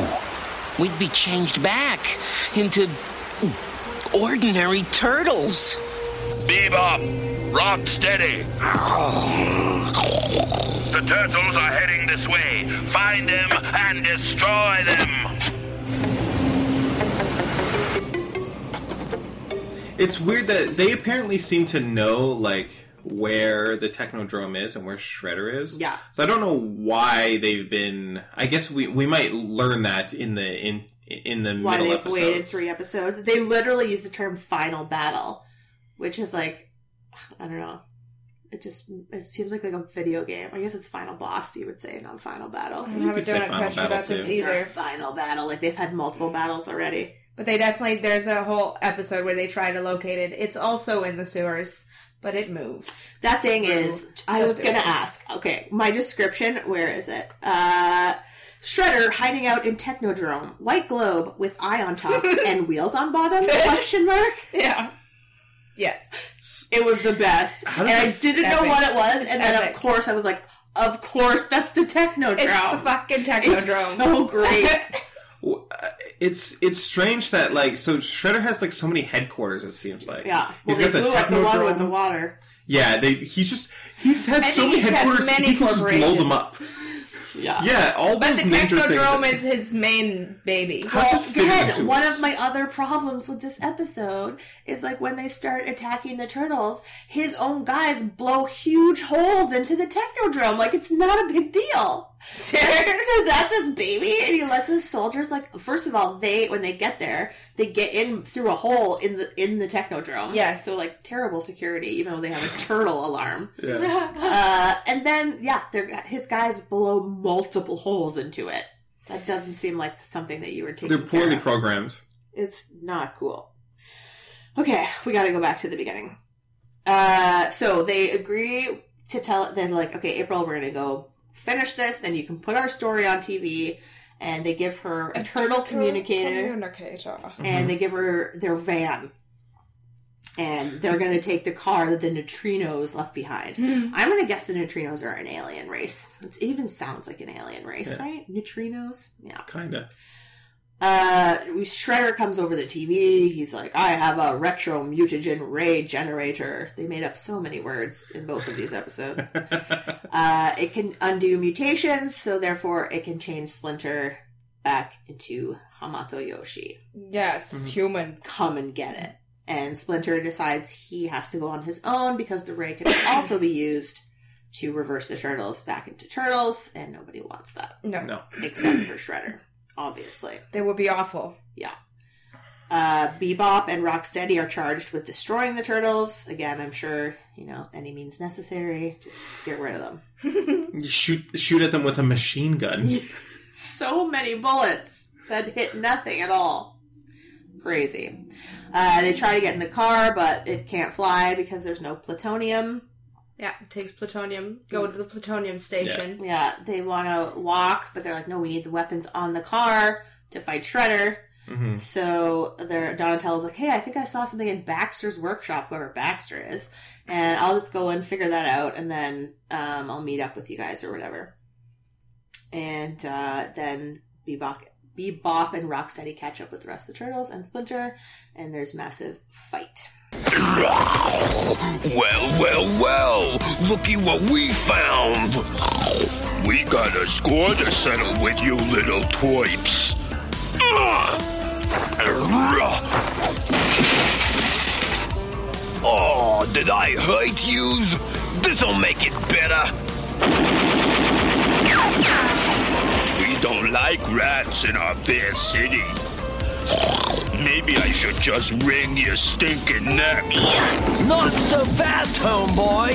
G: We'd be changed back into ordinary turtles.
I: Bebop, rock steady. The turtles are heading this way. Find them and destroy them.
C: It's weird that they apparently seem to know like where the Technodrome is and where Shredder is.
A: Yeah.
C: So I don't know why they've been. I guess we we might learn that in the in in the
A: Why
C: middle
A: they've
C: episodes.
A: waited three episodes? They literally use the term "final battle," which is like, I don't know. It just it seems like like a video game. I guess it's final boss. You would say not final battle.
B: I
C: You
B: don't have a
C: could say
B: donut
C: Final
B: question
C: Battle
B: about this
C: too.
A: It's our
B: either.
A: final battle. Like they've had multiple battles already.
B: But they definitely there's a whole episode where they try to locate it. It's also in the sewers, but it moves.
A: That thing is, I
B: the
A: was gonna
B: series.
A: ask. Okay, my description. Where is it? Uh, Shredder hiding out in Technodrome, white globe with eye on top and wheels on bottom? Question mark.
B: Yeah. Yes.
A: It was the best,
C: How
A: and
C: does
A: I
C: this-
A: didn't know
B: Epic.
A: what it was.
B: It's
A: and then
B: epic.
A: of course I was like, Of course, that's the technodrome.
B: It's the fucking technodrome.
A: It's so great.
C: uh, It's it's strange that like so Shredder has like so many headquarters. It seems like
A: yeah,
C: he's
A: well, they
C: got the
A: blew up the one with
C: technodrome.
A: the water.
C: yeah, they, he's just he's has
B: I
C: so
B: think
C: many
B: he has
C: headquarters.
B: many
C: he can just blow them up.
A: Yeah,
C: yeah. All
B: But
C: those
B: the
C: ninja things
B: Technodrome
C: that-
B: is his main baby.
C: How Well, does it fit
A: Good.
C: into
A: One
C: this?
A: of my other problems with this episode is like when they start attacking the turtles, his own guys blow huge holes into the technodrome. Like it's not a big deal. That's his baby, and he lets his soldiers like. First of all, they when they get there, they get in through a hole in the in the technodrome.
B: Yes.
A: so like terrible security, even though they have a turtle alarm.
B: Yeah.
A: Uh, and then yeah, they're, his guys blow multiple holes into it. That doesn't seem like something that you were taking.
C: They're
A: care
C: poorly
A: of.
C: programmed.
A: It's not cool. Okay, we got to go back to the beginning. Uh, so they agree to tell. Then like, okay, April, we're gonna go finish this. Then you can put our story on TV. And they give her a, turtle, communicator,
B: Communicator.
A: and they give her their van. And they're going to take the car that the neutrinos left behind.
B: Hmm.
A: I'm going to guess the neutrinos are an alien race. It even sounds like an alien race,
C: Yeah.
A: right? Neutrinos? Yeah.
C: Kinda.
A: Uh, we- Shredder comes over the TV. He's like, I have a retro mutagen ray generator. They made up so many words in both of these episodes. uh, it can undo mutations, so therefore it can change Splinter back into Hamako Yoshi.
B: Yes, human.
A: Come and get it. And Splinter decides he has to go on his own because the ray can also be used to reverse the turtles back into turtles, and nobody wants that.
B: No.
C: No.
A: Except for Shredder, obviously.
B: They would be awful.
A: Yeah. Uh, Bebop and Rocksteady are charged with destroying the turtles. Again, I'm sure, you know, any means necessary. Just get rid of them.
C: You shoot shoot at them with a machine gun.
A: so many bullets that hit nothing at all. Crazy. Uh, they try to get in the car, but it can't fly because there's no plutonium.
B: Yeah, it takes plutonium. Go to the plutonium station.
A: Yeah, they want to walk, but they're like, no, we need the weapons on the car to fight Shredder.
C: Mm-hmm.
D: Mhm.
A: So their Donatello's like, hey, I think I saw something in Baxter's workshop, whoever Baxter is, and I'll just go and figure that out, and then um, I'll meet up with you guys or whatever. And uh, then Bebop, Bebop and Rocksteady catch up with the rest of the turtles and Splinter, and there's massive fight.
I: Well, well, well. Looky what we found. We got a score to settle with you little twipes. Oh, did I hurt yous? This'll make it better. We don't like rats in our fair city. Maybe I should just wring your stinking neck.
H: Not so fast, homeboy.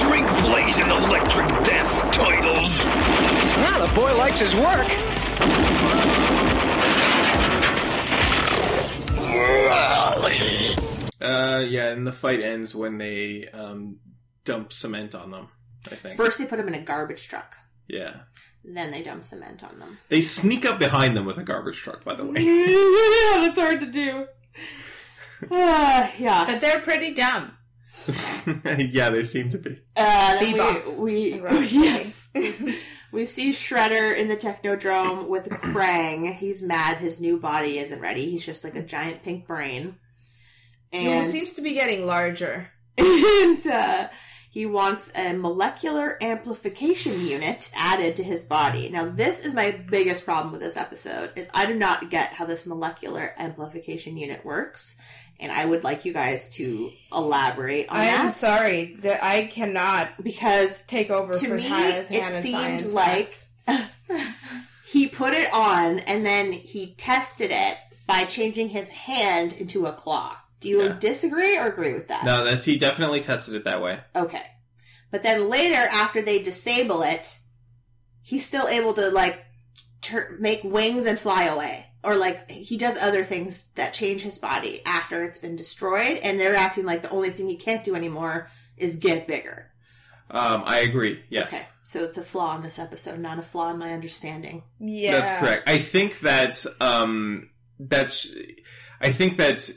I: Drink blazing electric death titles.
H: Now the boy likes his work.
C: Uh, yeah, and the fight ends when they um, dump cement on them. I think.
A: First, they put him in a garbage truck,
C: yeah,
A: then they dump cement on them.
C: they sneak up behind them with a garbage truck. By the way,
A: yeah, that's hard to do. Uh, yeah.
B: But they're pretty dumb.
C: yeah, they seem to be.
A: Uh, then
B: Bebop
A: we, we yes, we see Shredder in the Technodrome with Krang. He's mad his new body isn't ready. He's just like a giant pink brain,
B: Who
A: and
B: seems to be getting larger.
A: and uh, he wants a molecular amplification unit added to his body. Now, this is my biggest problem with this episode is I do not get how this molecular amplification unit works, and I would like you guys to elaborate on
B: I
A: that.
B: am sorry that I cannot
A: because
B: take over
A: to
B: for
A: me,
B: Hannah's
A: it seemed
B: science
A: like he put it on and then he tested it by changing his hand into a claw. Do you disagree or agree with that?
C: No, that's he definitely tested it that way.
A: Okay. But then later, after they disable it, he's still able to, like, tur make wings and fly away. Or, like, he does other things that change his body after it's been destroyed, and they're acting like the only thing he can't do anymore is get bigger.
C: Um, I agree. Yes.
A: Okay. So it's a flaw in this episode, not a flaw in my understanding.
B: Yeah.
C: That's correct. I think that um, that's. I think that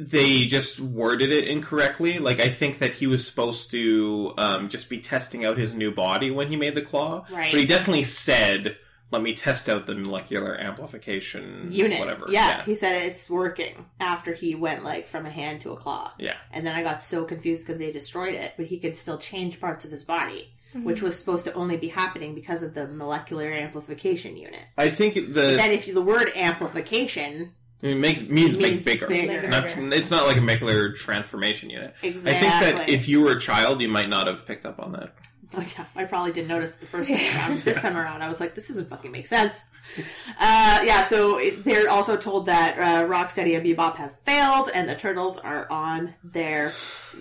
C: they just worded it incorrectly. Like I think that he was supposed to um, just be testing out his new body when he made the claw,
A: Right.
C: but he definitely said, "Let me test out the molecular amplification
A: unit.
C: Mm, whatever."
A: Yeah, he said it's working after he went like from a hand to a claw.
C: yeah.
A: And then I got so confused because they destroyed it, but he could still change parts of his body,
C: Mhm.
A: which was supposed to only be happening because of the molecular amplification unit.
C: I think
A: But
C: the
A: then if you, the word amplification,
C: It makes means,
A: Means
C: make bigger.
A: bigger.
C: Not, it's not like a molecular transformation unit. I think that
A: Exactly.
C: if you were a child, you might not have picked up on that.
A: oh yeah, I probably didn't notice the first time around. This time around, I was like, this doesn't fucking make sense. Uh, yeah, so it- they're also told that uh, Rocksteady and Bebop have failed, and the turtles are on their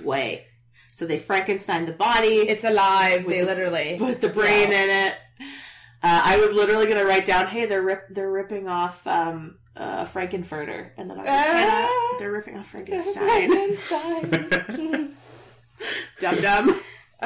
A: way. So they Frankenstein the body.
B: It's alive. They literally
A: put the brain
B: Yeah.
A: in it. Uh, I was literally gonna write down, "Hey, they're rip- they're ripping off um, uh, Frankenfurter," and then I was like, "Hannah,
B: Ah.
A: they're ripping off Frankenstein." dum dum.
B: Uh-huh.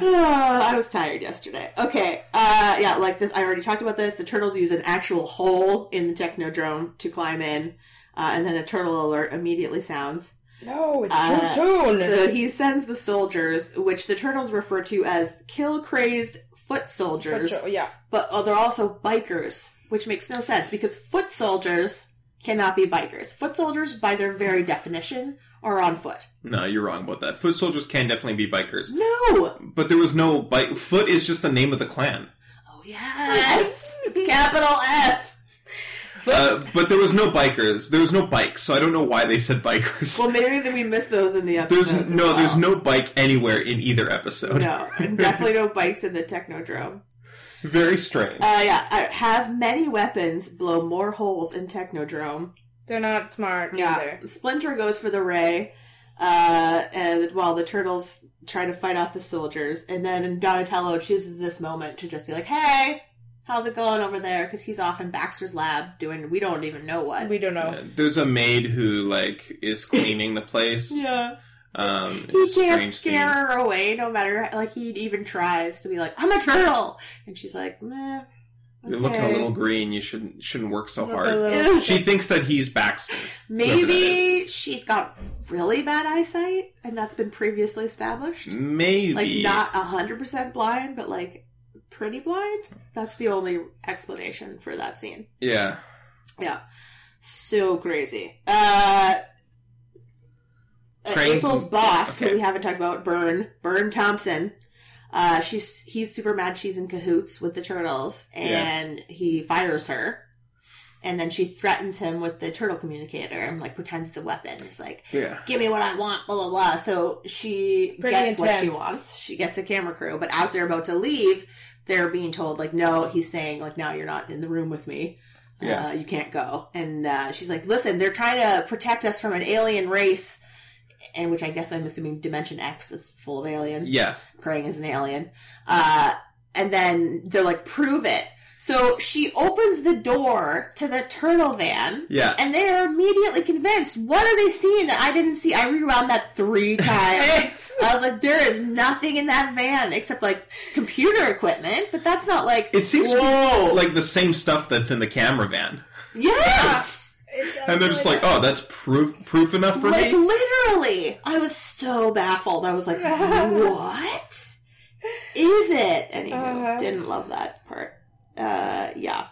B: Ah.
A: I was tired yesterday. Okay, uh, yeah, like this. I already talked about this. The turtles use an actual hole in the technodrome to climb in, uh, and then a turtle alert immediately sounds.
B: No, it's
A: Uh,
B: too soon.
A: So he sends the soldiers, which the turtles refer to as kill crazed foot soldiers.
B: Foot sol- yeah.
A: But oh, they're also bikers, which makes no sense because foot soldiers cannot be bikers. Foot soldiers, by their very definition, are on foot.
C: No, you're wrong about that. Foot soldiers can definitely be bikers.
A: No.
C: But there was no bike. Foot is just the name of the clan.
A: Yes, it's capital F.
C: Uh, but there was no bikers. There was no bikes, so I don't know why they said bikers.
A: Well, maybe that we missed those in the episode.
C: There's no, there's no bike anywhere in either episode.
A: No, and definitely no bikes in the technodrome.
C: Very strange.
A: Uh, yeah, I have many weapons blow more holes in technodrome.
B: They're not smart either.
A: Splinter goes for the ray, uh, and while the turtles try to fight off the soldiers, and then Donatello chooses this moment to just be like, "Hey, how's it going over there?" Because he's off in Baxter's lab doing we don't even know what.
B: We don't know.
C: Uh, There's a maid who like is cleaning the place.
A: Yeah.
C: Um,
A: He can't
C: strange
A: scare
C: scene.
A: her away, no matter like he even tries to be like, "I'm a turtle," and she's like, "Meh."
C: You're looking a
A: okay."
C: little green. You shouldn't shouldn't work so
A: Look a little-
C: hard. She thinks that he's Baxter. whoever that is.
A: Maybe she's got really bad eyesight, and that's been previously established.
C: Maybe.
A: Like not hundred percent blind, but like pretty blind. That's the only explanation for that scene.
C: Yeah.
A: Yeah, so crazy. Uh, uh,
C: Cranes
A: April's
C: and-
A: boss,
C: okay.
A: who we haven't talked about, Burn Burn Thompson. Uh, she's he's super mad. She's in cahoots with the turtles, and he fires her. And then she threatens him with the turtle communicator and like pretends it's a weapon. It's like,
C: Yeah.
A: give me what I want, blah blah blah. So she
B: Pretty
A: gets what she
B: intense.
A: wants. She gets a camera crew, but as they're about to leave, they're being told like, no, he's saying like, now you're not in the room with me.
B: Yeah.
A: Uh, you can't go. And uh, she's like, listen, they're trying to protect us from an alien race, and which I guess I'm assuming Dimension X is full of aliens.
C: Yeah.
A: Krang is an alien. Uh, and then they're like, prove it. So she opens the door to the turtle van.
C: Yeah.
A: And they are immediately convinced. What are they seeing that I didn't see? I rewound that three times. I was like, there is nothing in that van except like computer equipment, but that's not like.
C: It seems to
A: Whoa.
C: be like the same stuff that's in the camera van,
A: Yes!
C: and they're just like, "Oh, that's proof proof enough for
A: Like
C: me."
A: literally, I was so baffled. I was like, "What is it?" Anywho,
C: Uh-huh.
A: didn't love that part. Uh, yeah.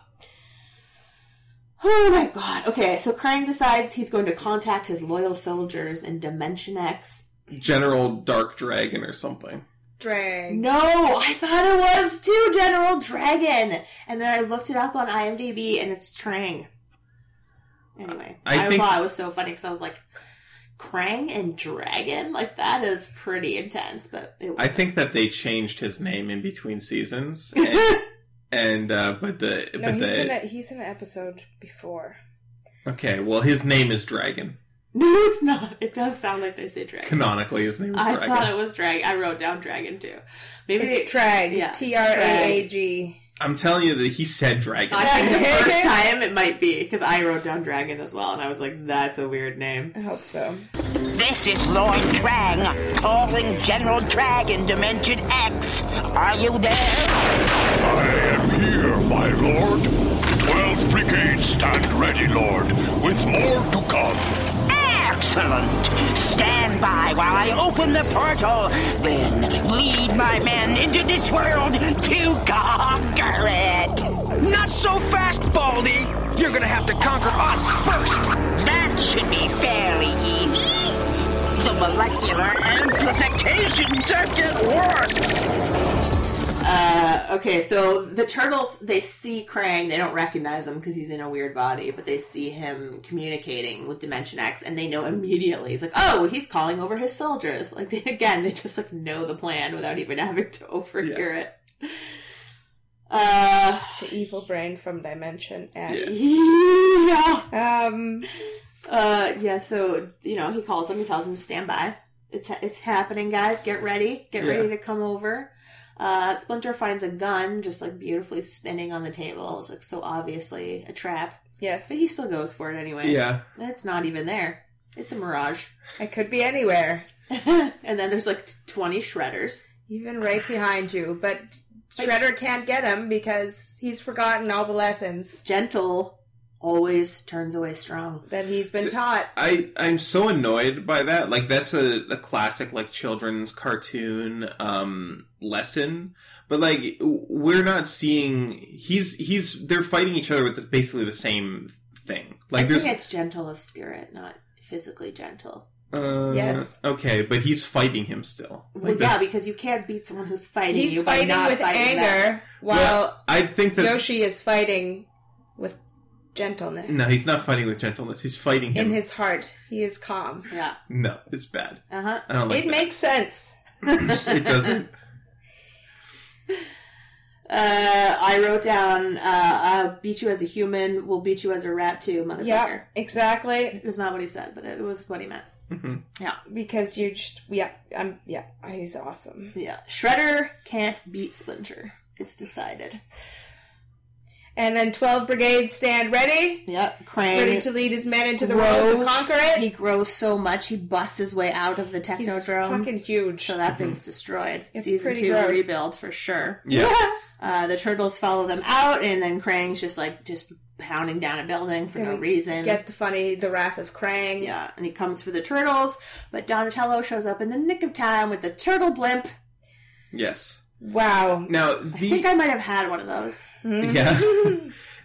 A: Oh my god. Okay, so Krang decides he's going to contact his loyal soldiers in Dimension X.
C: General Dark Dragon or something.
B: Drag.
A: No, I thought it was too General Dragon, and then I looked it up on IMDb, and it's Trang. Anyway,
C: I
A: I,
C: think-
A: thought it was so funny because I was like, Krang and Dragon, like that is pretty intense, but it was.
C: I think that they changed his name in between seasons, and, and uh, but the
B: No,
C: but
B: he's in a,
C: the
B: he's in an episode before.
C: okay, well, his name is Dragon.
A: No, it's not. It does sound like they say Dragon.
C: Canonically, his name is
A: I
C: Dragon.
A: thought it was Dragon. I wrote down Dragon too. Maybe
B: It's
A: they-
B: Trag.
A: Yeah, it's
B: T R A A G.
C: I'm telling you that he said Dragon.
A: I think the first time it might be because I wrote down Dragon as well, and I was like, "That's a weird name." I
B: hope so.
M: This is Lord Krang calling General Drag in Dimension X. Are you there?
N: I am here, my lord. Twelve brigades stand ready, lord, with more to come.
M: X! Excellent. Stand by while I open the portal. Then lead my men into this world to conquer it. Not so fast, Baldy. You're gonna have to conquer us first. That should be fairly easy. The molecular amplification circuit works.
A: Uh, okay, so the turtles they see Krang, they don't recognize him because he's in a weird body, but they see him communicating with Dimension X, and they know immediately. It's like, oh, he's calling over his soldiers. Like they, again, they just like know the plan without even having to overhear it. Uh,
B: the evil brain from Dimension X.
A: Yeah. Um. Uh. Yeah. So you know, he calls him. He tells him to stand by. It's it's happening, guys. Get ready. Get
B: Yeah.
A: ready to come over. Uh, Splinter finds a gun just like beautifully spinning on the table. It's like so obviously a trap.
B: Yes.
A: But he still goes for it anyway.
C: Yeah.
A: It's not even there. It's a mirage. It could be anywhere. and then there's like t- 20 shredders.
B: Even right behind you, but Shredder can't get him because he's forgotten all the lessons.
A: Gentle always turns away strong.
B: That he's been
C: So-
B: taught.
C: I I'm so annoyed by that. Like that's a, a classic like children's cartoon um lesson. But like we're not seeing he's he's they're fighting each other with basically the same thing. Like
A: I
C: there's
A: think it's gentle of spirit, not physically gentle.
C: uh,
A: Yes.
C: okay, but he's fighting him still. Like,
A: Well, yeah,
C: that's-
A: because you can't beat someone who's fighting
B: He's
A: you by
B: fighting
A: not
B: with
A: fighting
B: anger
C: Well,
B: while
C: I think that
B: Yoshi is fighting with gentleness.
C: no, he's not fighting with gentleness. He's fighting him.
B: in his heart. He is calm.
A: Yeah.
C: no, it's bad.
A: Uh
C: I don't like
B: it
C: that.
B: makes sense.
C: it doesn't.
A: Uh, I wrote down, uh, I'll beat you as a human, we'll beat you as a rat too, motherfucker.
B: Yeah, exactly.
A: It's not what he said, but it was what he meant. Yeah.
B: Because you just yeah, I'm yeah, he's awesome.
A: Yeah. Shredder can't beat Splinter. It's decided.
B: And then twelve brigades stand ready.
A: Yep.
B: He's
A: Krang
B: ready to lead his men into the world to
A: grows-
B: conquer it.
A: He grows so much, he busts his way out of the technodrome.
B: He's fucking huge.
A: So that thing's destroyed.
B: It's
A: Season
B: pretty
A: two
B: gross.
A: rebuild for sure.
B: Yeah.
A: Uh, the turtles follow them out, and then Krang's just like just pounding down a building for
B: Then
A: no
B: we
A: reason.
B: Get the funny, the wrath of Krang.
A: Yeah, and he comes for the turtles, but Donatello shows up in the nick of time with the turtle blimp.
C: Yes.
B: Wow.
C: Now
A: I
C: the
A: think I might have had one of those.
C: Yeah.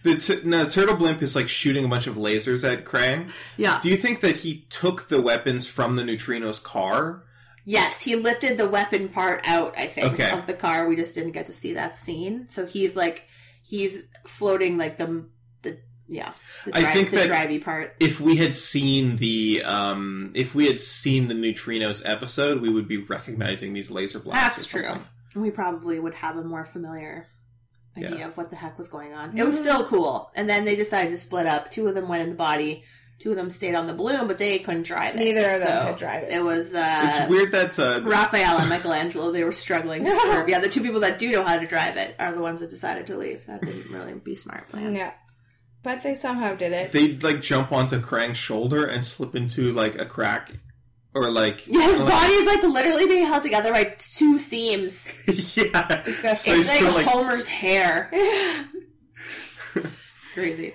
C: The t- now Turtle Blimp is like shooting a bunch of lasers at Krang.
A: Yeah.
C: Do you think that he took the weapons from the Neutrino's car?
A: Yes, he lifted the weapon part out, I think,
C: Okay.
A: of the car. We just didn't get to see that scene. So he's like, he's floating like the, the yeah, the,
C: I
A: dri-
C: think
A: the
C: that-
A: drivey part.
C: If we had seen the um, if we had seen the Neutrinos episode, we would be recognizing these laser blasts.
A: That's true. We probably would have a more familiar idea
C: Yeah.
A: of what the heck was going on. Hmm. It was still cool. And then they decided to split up. Two of them went in the body. Two of them stayed on the balloon, but they couldn't drive it.
B: Neither of them
A: So
B: could drive it.
A: It was uh,
C: it's weird that's uh,
A: Raphael and Michelangelo, they were struggling to serve. Yeah, the two people that do know how to drive it are the ones that decided to leave. That didn't really be smart plan.
B: Yeah. But they somehow did it.
C: they like jump onto Krang's shoulder and slip into like a crack, or like
A: Yeah, his
C: or,
A: body is like literally being held together by two seams.
C: yeah, it's
A: disgusting.
C: So
A: It's
C: he's
A: like,
C: still, like-
A: Homer's hair. it's crazy.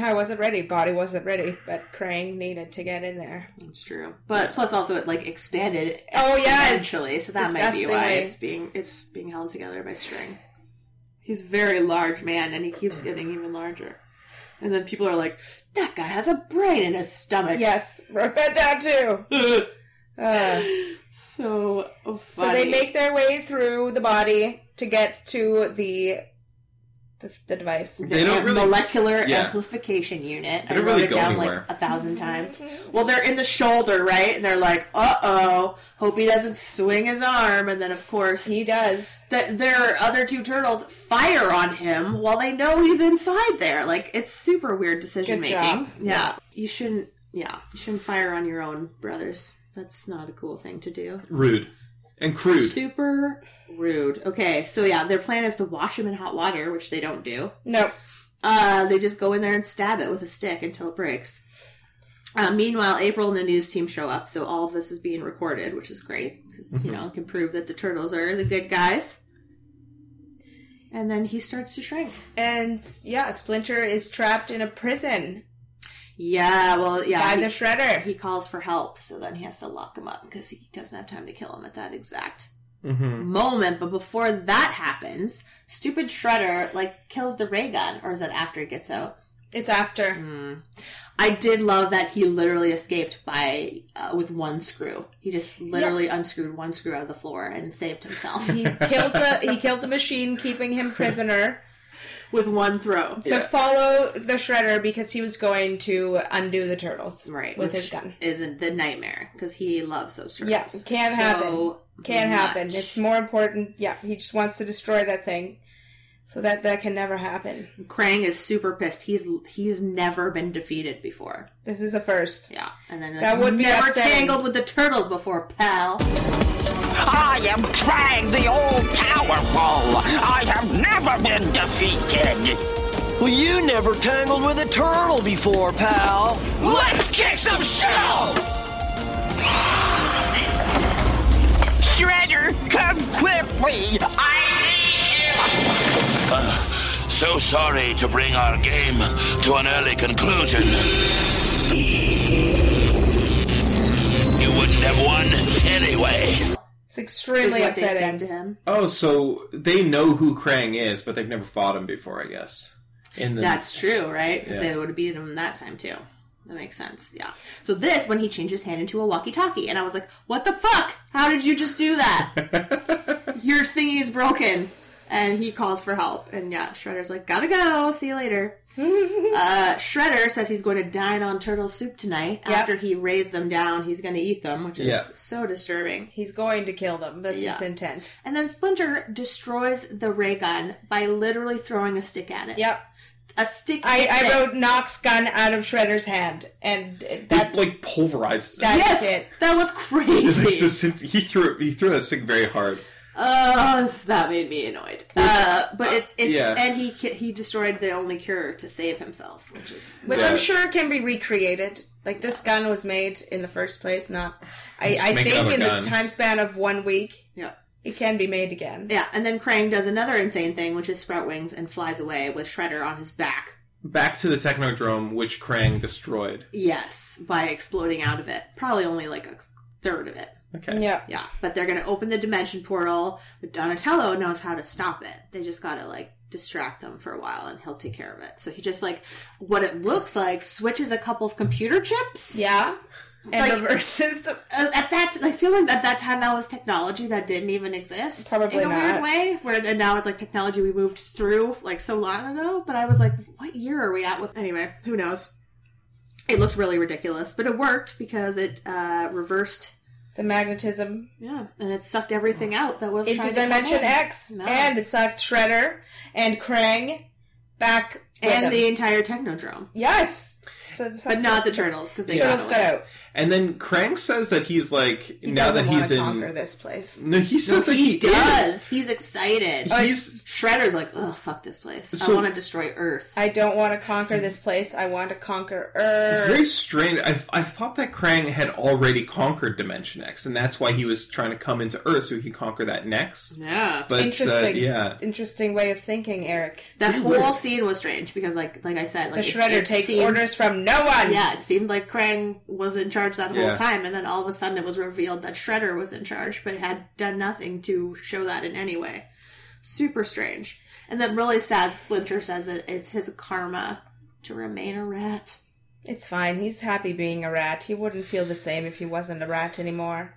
B: I wasn't ready. Body wasn't ready, but Krang needed to get in there.
A: That's true. But plus, also it like expanded.
B: Oh, yes.
A: exponentially, so that might be why
B: Disgustingly.
A: it's being it's being held together by string. He's a very large man, and he keeps getting even larger. And then people are like, "That guy has a brain in his stomach."
B: Yes, wrote that down too. Uh,
A: so funny.
B: So they make their way through the body to get to the the, the device.
A: They don't really- Molecular yeah. amplification unit. I
B: don't
A: wrote
B: really
A: it
B: go
A: down
B: anywhere.
A: like a thousand times. Well, they're in the shoulder, right? And they're like, "Uh oh, hope he doesn't swing his arm." And then, of course, he
B: does.
A: That their other two turtles fire on him while they know he's inside there. Like it's super weird decision
B: Good
A: making.
B: job.
A: Yeah. you shouldn't. Yeah, you shouldn't fire on your own brothers. That's not a cool thing to do.
C: rude and crude.
A: Super rude. Okay, so yeah, their plan is to wash him in hot water, which they don't do.
B: No.
A: Uh, they just go in there and stab it with a stick until it breaks. Uh, meanwhile, April and the news team show up, so all of this is being recorded, which is great because you
B: Mhm.
A: know it can prove that the turtles are the good guys. And then he starts to shrink.
B: And yeah, Splinter is trapped in a prison.
A: Yeah, well, yeah.
B: By
A: he-
B: the shredder.
A: He calls for help, so then he has to lock him up because he doesn't have time to kill him at that exact
C: Mm-hmm.
A: moment. But before that happens, stupid Shredder like kills the ray gun, or is that after it gets out?
B: It's after.
A: Mm. I did love that he literally escaped by uh, with one screw. He just literally unscrewed one screw out of the floor and saved himself.
B: He killed the he killed the machine, keeping him prisoner
A: with one throw.
B: So
A: Yeah.
B: follow the shredder because he was going to undo the turtles
A: right
B: with his
A: which
B: gun.
A: Isn't the nightmare because he loves those turtles.
B: Yeah, can happen.
A: So
B: Can
A: much.
B: happen. It's more important. Yeah, he just wants to destroy that thing, so that that can never happen.
A: Krang is super pissed. He's he's never been defeated before.
B: This is a first.
A: Yeah, and then
B: That
A: like,
B: would be
A: never
B: upsetting.
A: tangled with the turtles before, pal.
M: I am Krang the All Powerful. I have never been defeated.
H: Well, you never tangled with a turtle before, pal.
M: Let's kick some shell! Shredder, come quickly!
I: So sorry to bring our game to an early conclusion. You wouldn't have won anyway.
B: It's extremely
A: Is what they said
B: upsetting
A: to him.
C: Oh, so they know who Krang is, but they've never fought him before, I guess. In the
A: That's true, right? Because
C: Yeah.
A: they would have beaten him that time too. That makes sense. Yeah. So this when he changed his hand into a walkie-talkie, and I was like, "What the fuck? How did you just do that? Your thingy is broken." And he calls for help, and yeah, Shredder's like, "Gotta go. See you later." uh, Shredder says he's going to dine on turtle soup tonight. After he raised them down, he's going to eat them, which is
B: Yeah.
A: so disturbing.
B: He's going to kill them. That's
A: Yeah.
B: his intent.
A: And then Splinter destroys the ray gun by literally throwing a stick at it.
B: Yep.
A: A stick.
B: I,
A: hits it.
B: I wrote Knox gun out of Shredder's hand, and that
C: like pulverizes.
B: That's
A: yes,
B: it.
A: that was
C: It's
A: crazy.
C: like this- he threw he threw that stick very hard.
A: Uh, so that made me annoyed. Uh, but it's, it's
C: Yeah.
A: and he ki- he destroyed the only cure to save himself, which is
B: which
C: Yeah.
B: I'm sure can be recreated. Like this gun was made in the first place. Not, I,
A: Just
B: I
A: make it out
B: think
A: of a
B: in
A: gun.
B: the time span of one week,
A: yeah,
B: it can be made again.
A: yeah. And then Krang does another insane thing, which is sprout wings and flies away with Shredder on his back.
C: Back to the Technodrome, which Krang destroyed.
A: Yes, by exploding out of it. Probably only like a third of it.
C: Okay.
B: Yeah.
A: Yeah, but they're going to open the dimension portal, but Donatello knows how to stop it. They just got to like distract them for a while and he'll take care of it. So he just like what it looks like switches a couple of computer chips.
B: Yeah. And reverses the
A: Uh, at that I feel like at that time that was technology that didn't even exist
B: Probably
A: in a weird
B: not.
A: way where and now it's like technology we moved through like so long ago but I was like what year are we at with anyway who knows it looked really ridiculous but it worked because it uh, reversed
B: the magnetism
A: yeah and it sucked everything out that was
B: into
A: trying to come
B: Dimension
A: in.
B: X,
A: No.
B: and it sucked Shredder and Krang back with
A: and
B: him.
A: the entire Technodrome
B: yes, so, so-
A: but not the turtles because they
B: turtles got out.
C: And then Krang says that he's like
B: He
C: now
B: doesn't
C: that
B: want
C: he's
B: to
C: in
B: conquer this place.
C: No, he says that he
A: does
C: is.
A: he's
B: Oh,
A: excited
C: He's-
A: Shredder's like oh fuck this place
C: So-
A: I want to destroy Earth
B: I don't want to conquer this place. I want to conquer Earth.
C: It's very strange. I, I thought that Krang had already conquered Dimension X, and that's why he was trying to come into Earth so he could conquer that next.
A: yeah
C: But, uh,
B: interesting,
C: yeah.
B: interesting way of thinking, Eric.
A: That whole scene was strange because, like, like I said,
B: the
A: like it-
B: Shredder
A: it
B: takes
A: seemed-
B: orders from no one.
A: Yeah, it seemed like Krang was in charge that whole
B: Yeah.
A: time, and then all of a sudden it was revealed that Shredder was in charge, but had done nothing to show that in any way. Super strange. And then really sad. Splinter says it, it's his karma to remain a rat.
B: It's fine. He's happy being a rat. He wouldn't feel the same if he wasn't a rat anymore.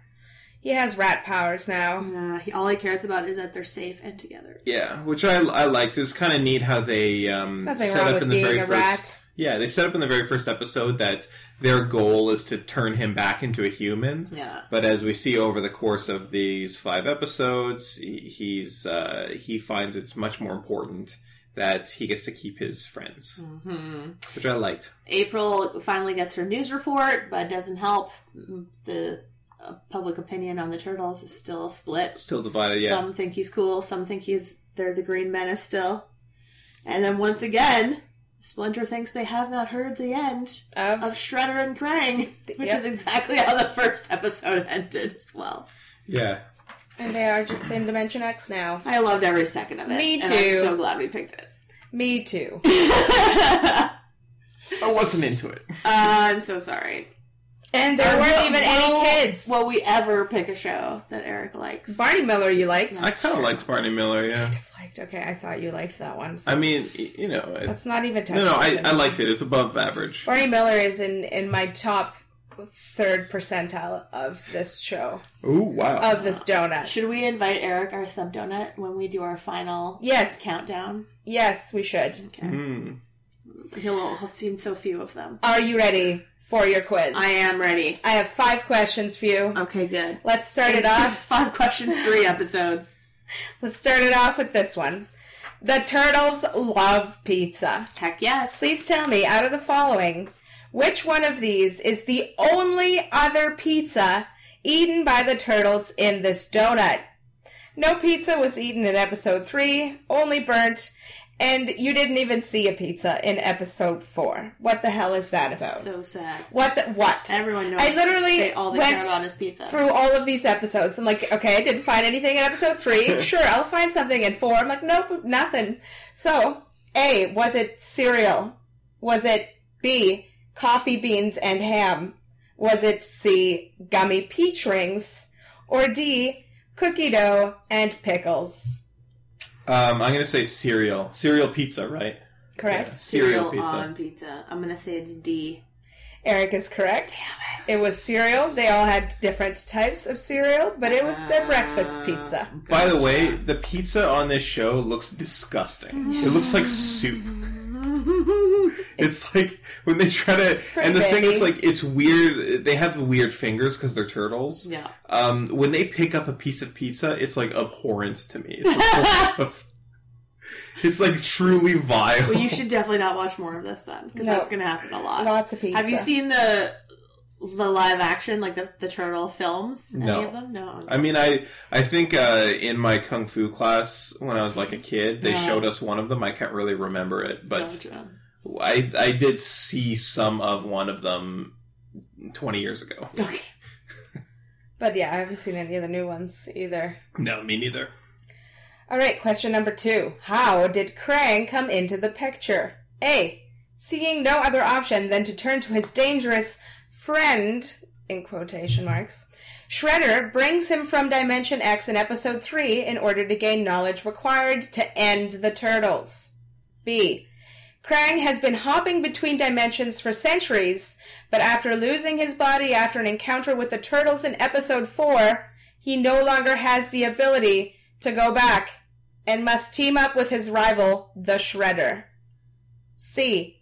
B: He has rat powers now.
A: Uh, he, all he cares about is that they're safe and together.
C: Yeah, which I, I liked. It was kind of neat how they um,
A: There's
C: set
A: nothing wrong
C: up
A: with
C: in the
A: being
C: very
A: a
C: first.
A: rat.
C: Yeah, they set up in the very first episode that their goal is to turn him back into a human.
A: Yeah.
C: But as we see over the course of these five episodes, he- he's uh, he finds it's much more important that he gets to keep his friends,
A: Mm-hmm.
C: which I liked.
A: April finally gets her news report, but doesn't help. The uh, public opinion on the turtles is still split.
C: Still divided, yeah.
A: Some think he's cool. Some think he's they're the Green Menace still. And then once again, Splinter thinks they have not heard the end
B: of,
A: Shredder and Krang, which
B: Yep.
A: is exactly how the first episode ended as well.
C: Yeah.
B: And they are just in Dimension X now.
A: I loved every second of it.
B: Me
A: and I'm
B: too.
A: so glad we picked it.
B: Me too.
C: I wasn't into it.
A: I'm so sorry.
B: And there weren't
A: will-
B: even any
A: will-
B: kids.
A: Will we ever pick a show that Eric likes?
B: Barney Miller, you liked?
C: I kind of liked Barney Miller. Yeah.
B: Liked. Okay, I thought you liked that one.
C: I mean, y- you know, it-
B: That's not even
C: No, no, I,
B: touching.
C: I liked it. It's above average.
B: Barney Miller is in in my top third percentile of this show
C: Ooh,
A: Uh,
C: wow.
B: of this donut.
A: Should we invite Eric, our sub donut, when we do our final
B: Yes.
A: countdown?
B: Yes, we should. Okay.
C: Hmm.
A: He'll have seen so few of them.
B: Are you ready for your quiz?
A: I am Um, ready.
B: I have five questions for you.
A: Okay, good.
B: Let's start it off.
A: Five questions, three episodes.
B: Let's start it off with this one. The turtles love pizza.
A: Heck yes.
B: Please tell me, out of the following, which one of these is the only other pizza eaten by the turtles in this donut? No pizza was eaten in episode 3, only burnt, and you didn't even see a pizza in episode 4. What the hell is that about?
A: So sad.
B: what the, what?
A: Everyone knows.
B: I literally
A: they, all they
B: went
A: care about is pizza.
B: through all of these episodes. I'm like, okay, I didn't find anything in episode three. Sure, I'll find something in four. I'm like, nope, nothing. So, A, was it cereal? Was it B, coffee beans and ham? Was it C, gummy peach rings? Or D, cookie dough and pickles?
C: Um, I'm gonna say cereal, cereal pizza, right?
B: Correct?
C: Yeah, cereal,
A: Cereal
C: pizza.
A: on pizza. I'm gonna say it's D.
B: Eric is correct. Damn it. It was cereal. They all had different types of cereal, but it was their breakfast pizza.
C: By the way, the pizza on this show looks disgusting. It looks like soup. It's like when they try to, and the thing is,
B: Pretty.
C: like, it's weird. They have weird fingers because they're turtles.
A: Yeah.
C: Um, when they pick up a piece of pizza, it's like abhorrent to me. It's like, full of- it's, like truly vile.
A: Well, you should definitely not watch more of this then, because
B: No.
A: that's gonna happen a lot.
B: Lots of pizza.
A: Have you seen the the live action, like the the turtle films?
C: No.
A: Any of them? No.
C: I mean, I I think uh, in my kung fu class when I was like a kid, they
A: Yeah.
C: showed us one of them. I can't really remember it, but
A: Gotcha.
C: I I did see some of one of them twenty years ago.
A: Okay.
B: But yeah, I haven't seen any of the new ones either.
C: No, me neither.
B: All right, question number two. How did Krang come into the picture? A. Seeing no other option than to turn to his dangerous friend, in quotation marks, Shredder brings him from Dimension X in episode 3 in order to gain knowledge required to end the turtles. B. Krang has been hopping between dimensions for centuries, but after losing his body after an encounter with the turtles in episode 4, he no longer has the ability to go back and must team up with his rival, the Shredder. C.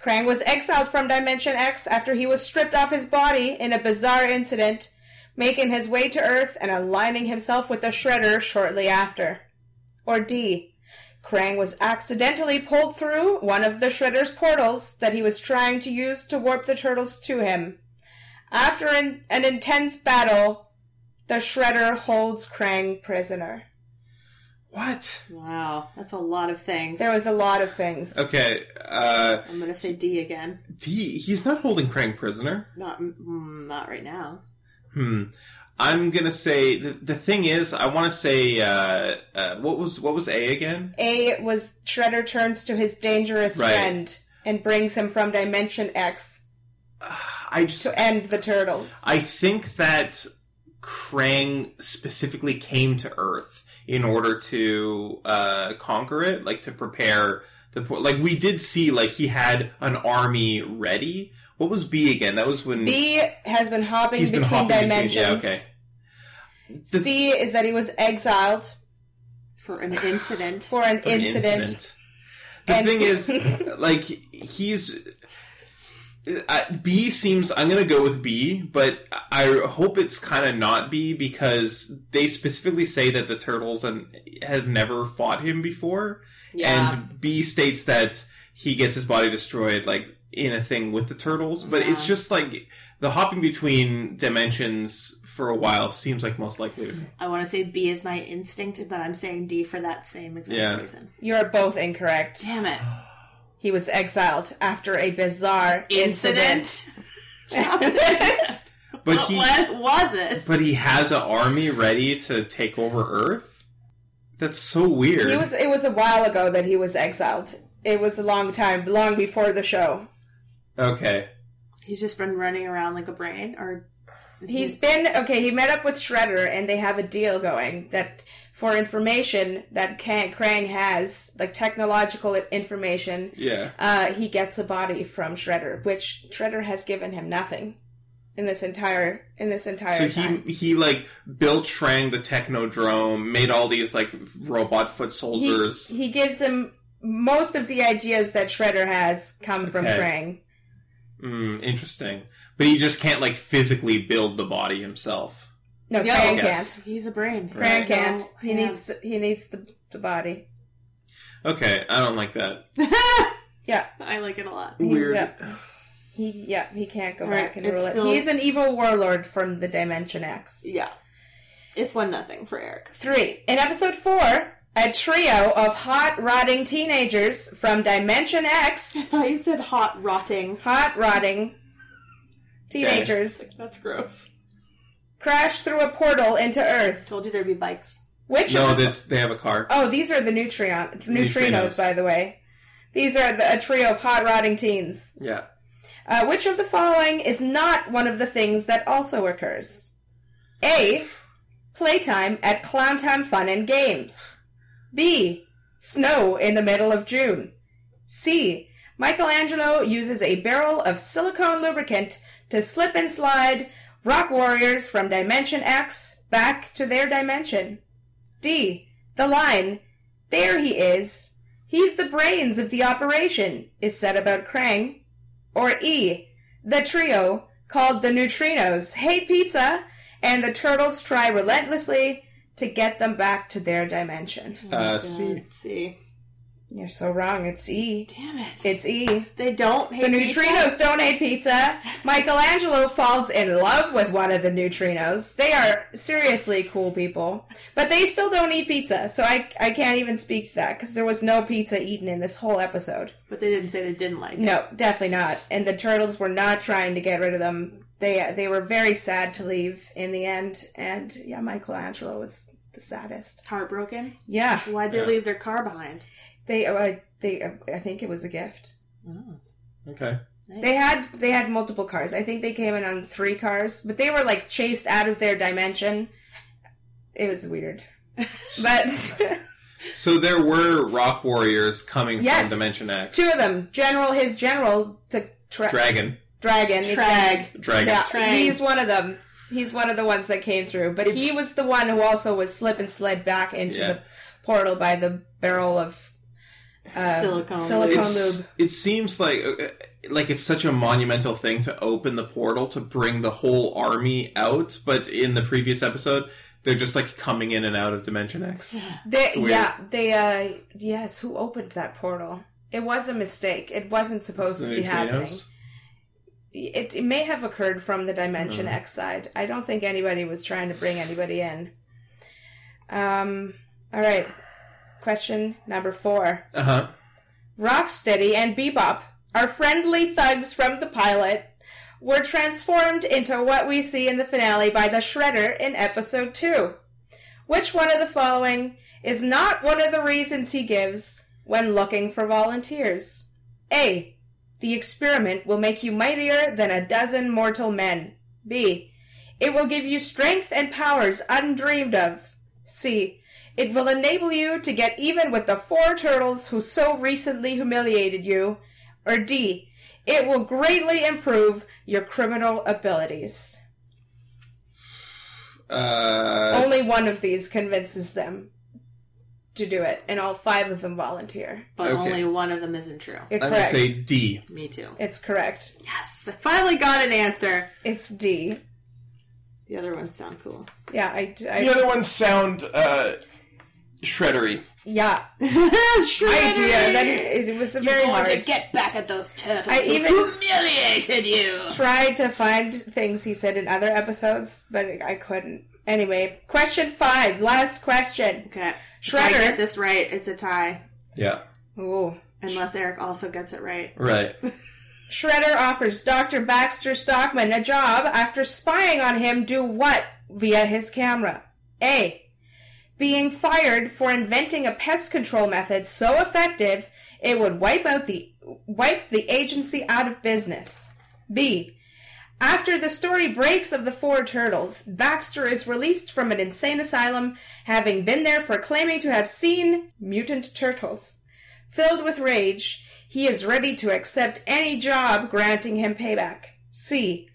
B: Krang was exiled from Dimension X after he was stripped off his body in a bizarre incident, making his way to Earth and aligning himself with the Shredder shortly after. Or D. Krang was accidentally pulled through one of the Shredder's portals that he was trying to use to warp the turtles to him. After an, an intense battle, the Shredder holds Krang prisoner.
C: What?
A: Wow, that's a lot of things.
B: There was a lot of things.
C: Okay. Uh,
A: I'm gonna say D again.
C: he he's not holding Krang prisoner.
A: Not mm, not right now.
C: Hmm. I'm gonna say the, the thing is, I want to say uh, uh, what was what was A again?
B: A was Shredder turns to his dangerous
C: Right.
B: friend and brings him from Dimension X
C: I just
B: to end the turtles.
C: I think that Krang specifically came to Earth in order to uh, conquer it, like to prepare the po- like we did see like he had an army ready. What was B again? That was when
B: B has been hopping
C: he's
B: between
C: been hopping
B: dimensions.
C: Between, yeah, okay. The-
B: C is that he was exiled
A: For an incident.
B: for an,
C: for an
B: incident.
C: incident. The
B: And-
C: thing is, like he's. I- B seems. I'm gonna go with B, but I hope it's kind of not B because they specifically say that the turtles and have never fought him before,
A: Yeah.
C: and B states that he gets his body destroyed like in a thing with the turtles. But it's just like the hopping between dimensions for a while seems like most likely to me.
A: I want to say B is my instinct, but I'm saying D for that same exact
C: Yeah.
A: reason.
B: You are both incorrect.
A: Damn it.
B: He was exiled after a bizarre incident.
A: Stop saying it.
C: But he.
A: what was it?
C: But he has an army ready to take over Earth. That's so weird.
B: He was. It was a while ago that he was exiled. It was a long time, long before the show.
C: Okay.
A: He's just been running around like a brain, or
B: He's been okay. He met up with Shredder, and they have a deal going that for information that Kang, Krang has, like technological information,
C: Yeah.
B: uh, he gets a body from Shredder, which Shredder has given him nothing in this entire in this entire
C: So
B: time.
C: he he like built Trang the Technodrome, made all these like robot foot
B: He,
C: soldiers.
B: he gives him most of the ideas that Shredder has come from
C: Okay.
B: Krang.
C: Mm, interesting. But he just can't like physically build the body himself.
B: No,
A: Yeah,
B: Krang
C: Yes.
B: can't.
A: He's a brain.
B: Krang
C: Right.
B: can't.
A: So,
B: He
A: yeah.
B: needs he needs the the body.
C: Okay, I don't like that.
B: Yeah,
A: I like it a lot.
C: Weird.
B: yeah. He yeah, he can't go
A: Right,
B: back and
A: it's
B: rule
A: still-
B: it. He's an evil warlord from the Dimension X.
A: Yeah. It's one nothing for Eric.
B: Three. In episode four, a trio of hot rotting teenagers from Dimension X. I
A: thought you said hot rotting.
B: Hot rotting teenagers
A: That's gross.
B: crash through a portal into Earth.
A: Told you there'd be bikes.
B: Which
C: no,
B: of the-
C: that's they have a car.
B: Oh, these are the Neutreon, neutrinos,
C: Neutrinos.
B: by the way. These are the, a trio of hot rotting teens.
C: Yeah.
B: Uh, which of the following is not one of the things that also occurs? A. Playtime at Clowntown Fun and Games. B. Snow in the middle of June. C. Michelangelo uses a barrel of silicone lubricant to slip and slide rock warriors from Dimension X back to their dimension. D. The line, There he is. He's the brains of the operation, is said about Krang. Or E. The trio, called the Neutrinos, hate pizza, and the turtles try relentlessly to get them back to their dimension.
C: Uh, C.
A: See.
B: You're so wrong. It's E.
A: Damn it.
B: It's E.
A: They don't hate
B: the
A: pizza?
B: neutrinos don't hate pizza. Michelangelo falls in love with one of the neutrinos. They are seriously cool people, but they still don't eat pizza. So I I can't even speak to that because there was no pizza eaten in this whole episode.
A: But they didn't say they didn't like it.
B: No, definitely not. And the turtles were not trying to get rid of them. They they were very sad to leave in the end. And yeah, Michelangelo was the saddest.
A: Heartbroken?
B: Yeah,
A: Why'd they
B: Yeah.
A: leave their car behind?
B: they uh, they uh, I think it was a gift.
C: Okay.
B: They had they had multiple cars. I think they came in on three cars, but they were like chased out of their dimension. It was weird, but
C: So there were rock warriors coming
B: Yes.
C: from Dimension X.
B: two of them, General his general, the tra-
C: Dragon.
B: dragon,
A: Trag.
B: exact-
C: Dragon.
B: Yeah,
A: Trag.
B: he's one of them. He's one of the ones that came through, but he was the one who also was slip and slid back into
C: Yeah.
B: the portal by the barrel of uh,
A: Silicone.
B: silicone
C: It's-
B: lube.
C: It seems like uh, like it's such a monumental thing to open the portal to bring the whole army out, but in the previous episode, they're just like coming in and out of Dimension X.
B: They,
C: It's weird.
B: yeah, they, uh, yes, who opened that portal? It was a mistake. It wasn't supposed
C: It's
B: to
C: the
B: be happening.
C: neutrinos.
B: It, it may have occurred from the Dimension
C: Mm.
B: X side. I don't think anybody was trying to bring anybody in. Um, all right. Question number four
C: Uh huh.
B: Rocksteady and Bebop are friendly thugs from the pilot. Were transformed into what we see in the finale by the Shredder in episode 2. Which one of the following is not one of the reasons he gives when looking for volunteers? A. The experiment will make you mightier than a dozen mortal men. B. It will give you strength and powers undreamed of. C. It will enable you to get even with the four turtles who so recently humiliated you. Or D. It will greatly improve your criminal abilities.
C: Uh,
B: Only one of these convinces them to do it, and all five of them volunteer.
A: But
C: Okay.
A: only one of them isn't true.
B: It-
C: I'm
B: Oh,
C: gonna
B: correct.
C: say D.
A: Me too.
B: It's correct.
A: Yes. I finally got an answer.
B: It's D.
A: The other ones sound cool.
B: Yeah, I. I-
C: The other ones sound uh, shreddery.
B: yeah.
A: I
B: Idea. That it, it was very
A: you
B: hard.
A: want to get back at those turtles
B: I
A: who
B: even-
A: humiliated you.
B: tried to find things he said in other episodes, but I couldn't. Anyway, question five. Last question.
A: Okay. If I
B: Shredder.
A: get this right, it's a tie.
C: Yeah.
B: Ooh.
A: Unless Eric also gets it right.
C: Right.
B: Shredder offers Dr. Baxter Stockman a job after spying on him do what via his camera? A. being fired for inventing a pest control method so effective it would wipe out the wipe the agency out of business. B. After the story breaks of the four turtles, Baxter is released from an insane asylum, having been there for claiming to have seen mutant turtles. Filled with rage, he is ready to accept any job granting him payback. C.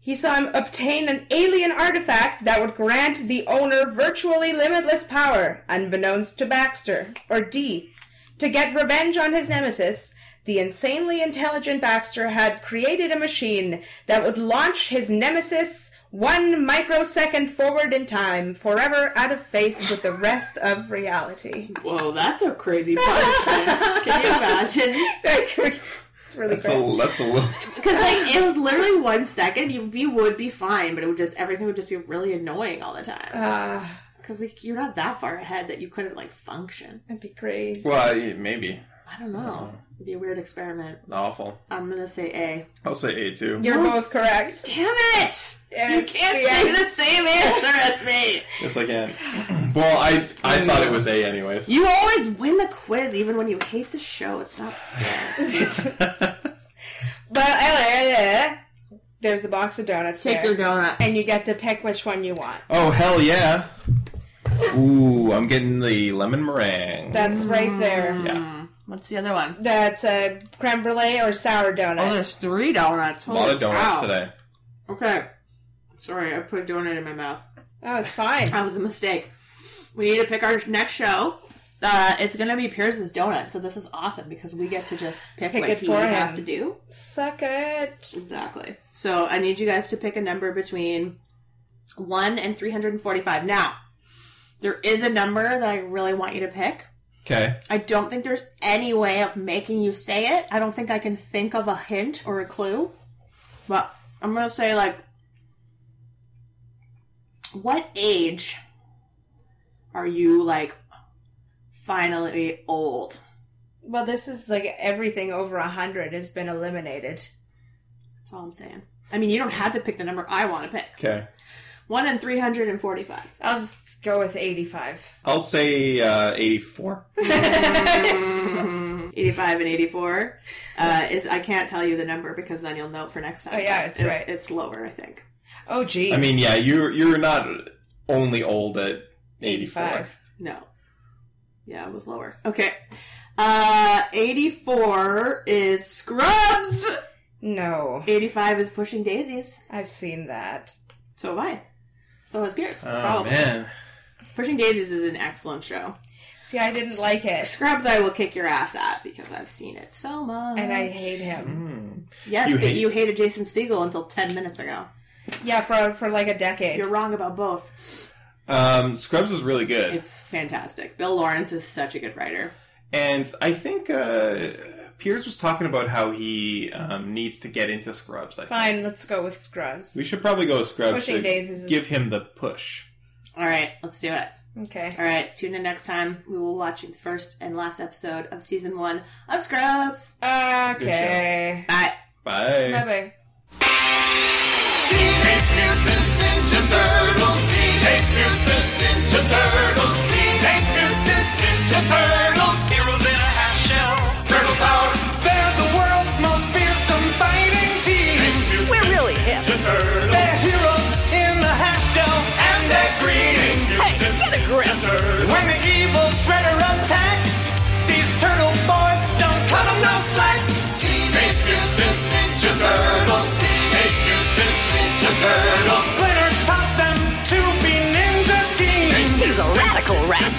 B: He saw him obtain an alien artifact that would grant the owner virtually limitless power, unbeknownst to Baxter. Or D. To get revenge on his nemesis, the insanely intelligent Baxter had created a machine that would launch his nemesis one microsecond forward in time, forever out of face with the rest of reality.
A: Whoa, that's a crazy punishment. Can you imagine?
B: it's really
C: That's a, that's a little.
A: Because like it was literally one second, you, you would be fine, but it would just everything would just be really annoying all the time.
B: Ah.
A: Because like you're not that far ahead that you couldn't like function.
B: That'd be crazy.
C: Well, yeah, maybe.
A: I don't know. It'd be a weird experiment.
C: Awful.
A: I'm gonna say A.
C: I'll say A too.
B: You're both correct.
A: Damn it! you
B: it's
A: can't
B: the
A: say
B: end.
A: the same answer as me.
C: Yes, I can. Well, I I thought it was A anyways.
A: You always win the quiz, even when you hate the show. It's not
B: But uh, there's the box of donuts.
A: Take
B: there.
A: your donut.
B: and you get to pick which one you want.
C: Oh hell yeah! Ooh, I'm getting the lemon meringue.
B: That's right there.
C: Mm. Yeah.
A: What's the other one?
B: That's a creme brulee or sour donut.
A: Oh, there's three donuts.
C: a lot of donuts today.
A: Okay. Sorry, I put a donut in my mouth.
B: Oh, it's fine.
A: That was a mistake. We need to pick our next show. Uh, it's going to be Pierce's Donut, so this is awesome because we get to just pick,
B: Pick
A: what
B: it
A: he
B: for
A: has
B: him.
A: to do.
B: Suck it.
A: Exactly. So I need you guys to pick a number between 1 and 345. Now, there is a number that I really want you to pick.
C: Okay.
A: I don't think there's any way of making you say it. I don't think I can think of a hint or a clue. But I'm going to say, like, what age are you, like, finally old?
B: Well, this is like everything over a hundred has been eliminated.
A: That's all I'm saying. I mean, you don't have to pick the number I want to pick.
C: Okay.
A: 1 in 345.
B: I'll just go with eighty-five.
C: I'll say uh, 84.
A: 85 and 84 uh, is I can't tell you the number because then you'll know it for next time.
B: Oh, yeah, it's
A: It-
B: right.
A: It's lower, I think.
B: Oh, geez.
C: I mean, yeah, you're you're not only old at 84.
A: No. Yeah, it was lower. Okay. Uh, 84 is Scrubs.
B: No,
A: 85 is Pushing Daisies.
B: I've seen that.
A: So have I. So has Pierce.
C: Oh man,
A: Pushing Daisies is an excellent show.
B: See, I didn't like it,
A: Scrubs, I will kick your ass at because I've seen it so much.
B: and I hate him.
A: Yes,
C: You
A: but
C: hate-
A: you hated Jason Siegel until 10 minutes ago.
C: Mm.
B: Yeah, for for like a decade.
A: You're wrong about both.
C: um, Scrubs is really good,
A: It's fantastic. Bill Lawrence is such a good writer.
C: and I think uh, Piers was talking about how he um, needs to get into Scrubs. I think.
B: Fine, let's go with Scrubs.
C: We should probably go with Scrubs.
B: Pushing
C: to
B: Daisies is-
C: Give him the push.
A: All right, let's do it.
B: Okay.
A: All right, tune in next time. We will watch the first and last episode of season one of Scrubs.
B: Okay.
A: Bye.
C: Bye.
B: Bye bye.
D: Teenage Mutant Ninja Turtles. Teenage Mutant Ninja Turtles. Teenage Mutant Ninja Turtles. Heroes in a half shell. Turtle power. They're the world's most fearsome fighting team. We're really hip. They're heroes in the half shell, and they're green. Hey, get a grip. When the evil Shredder attacks, these turtle boys don't cut 'em no slack. Teenage Mutant Ninja Turtles. Teenage Mutant Ninja Turtles. Splinter taught them to be ninja teens. He's a radical rat.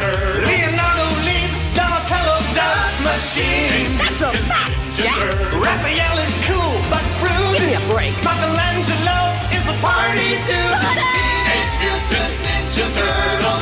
D: Leonardo leads Donatello does machines. That's a fact, Jack. Raphael is cool but rude. Give me a break. Michelangelo is a party dude. Teenage Mutant Ninja Turtles.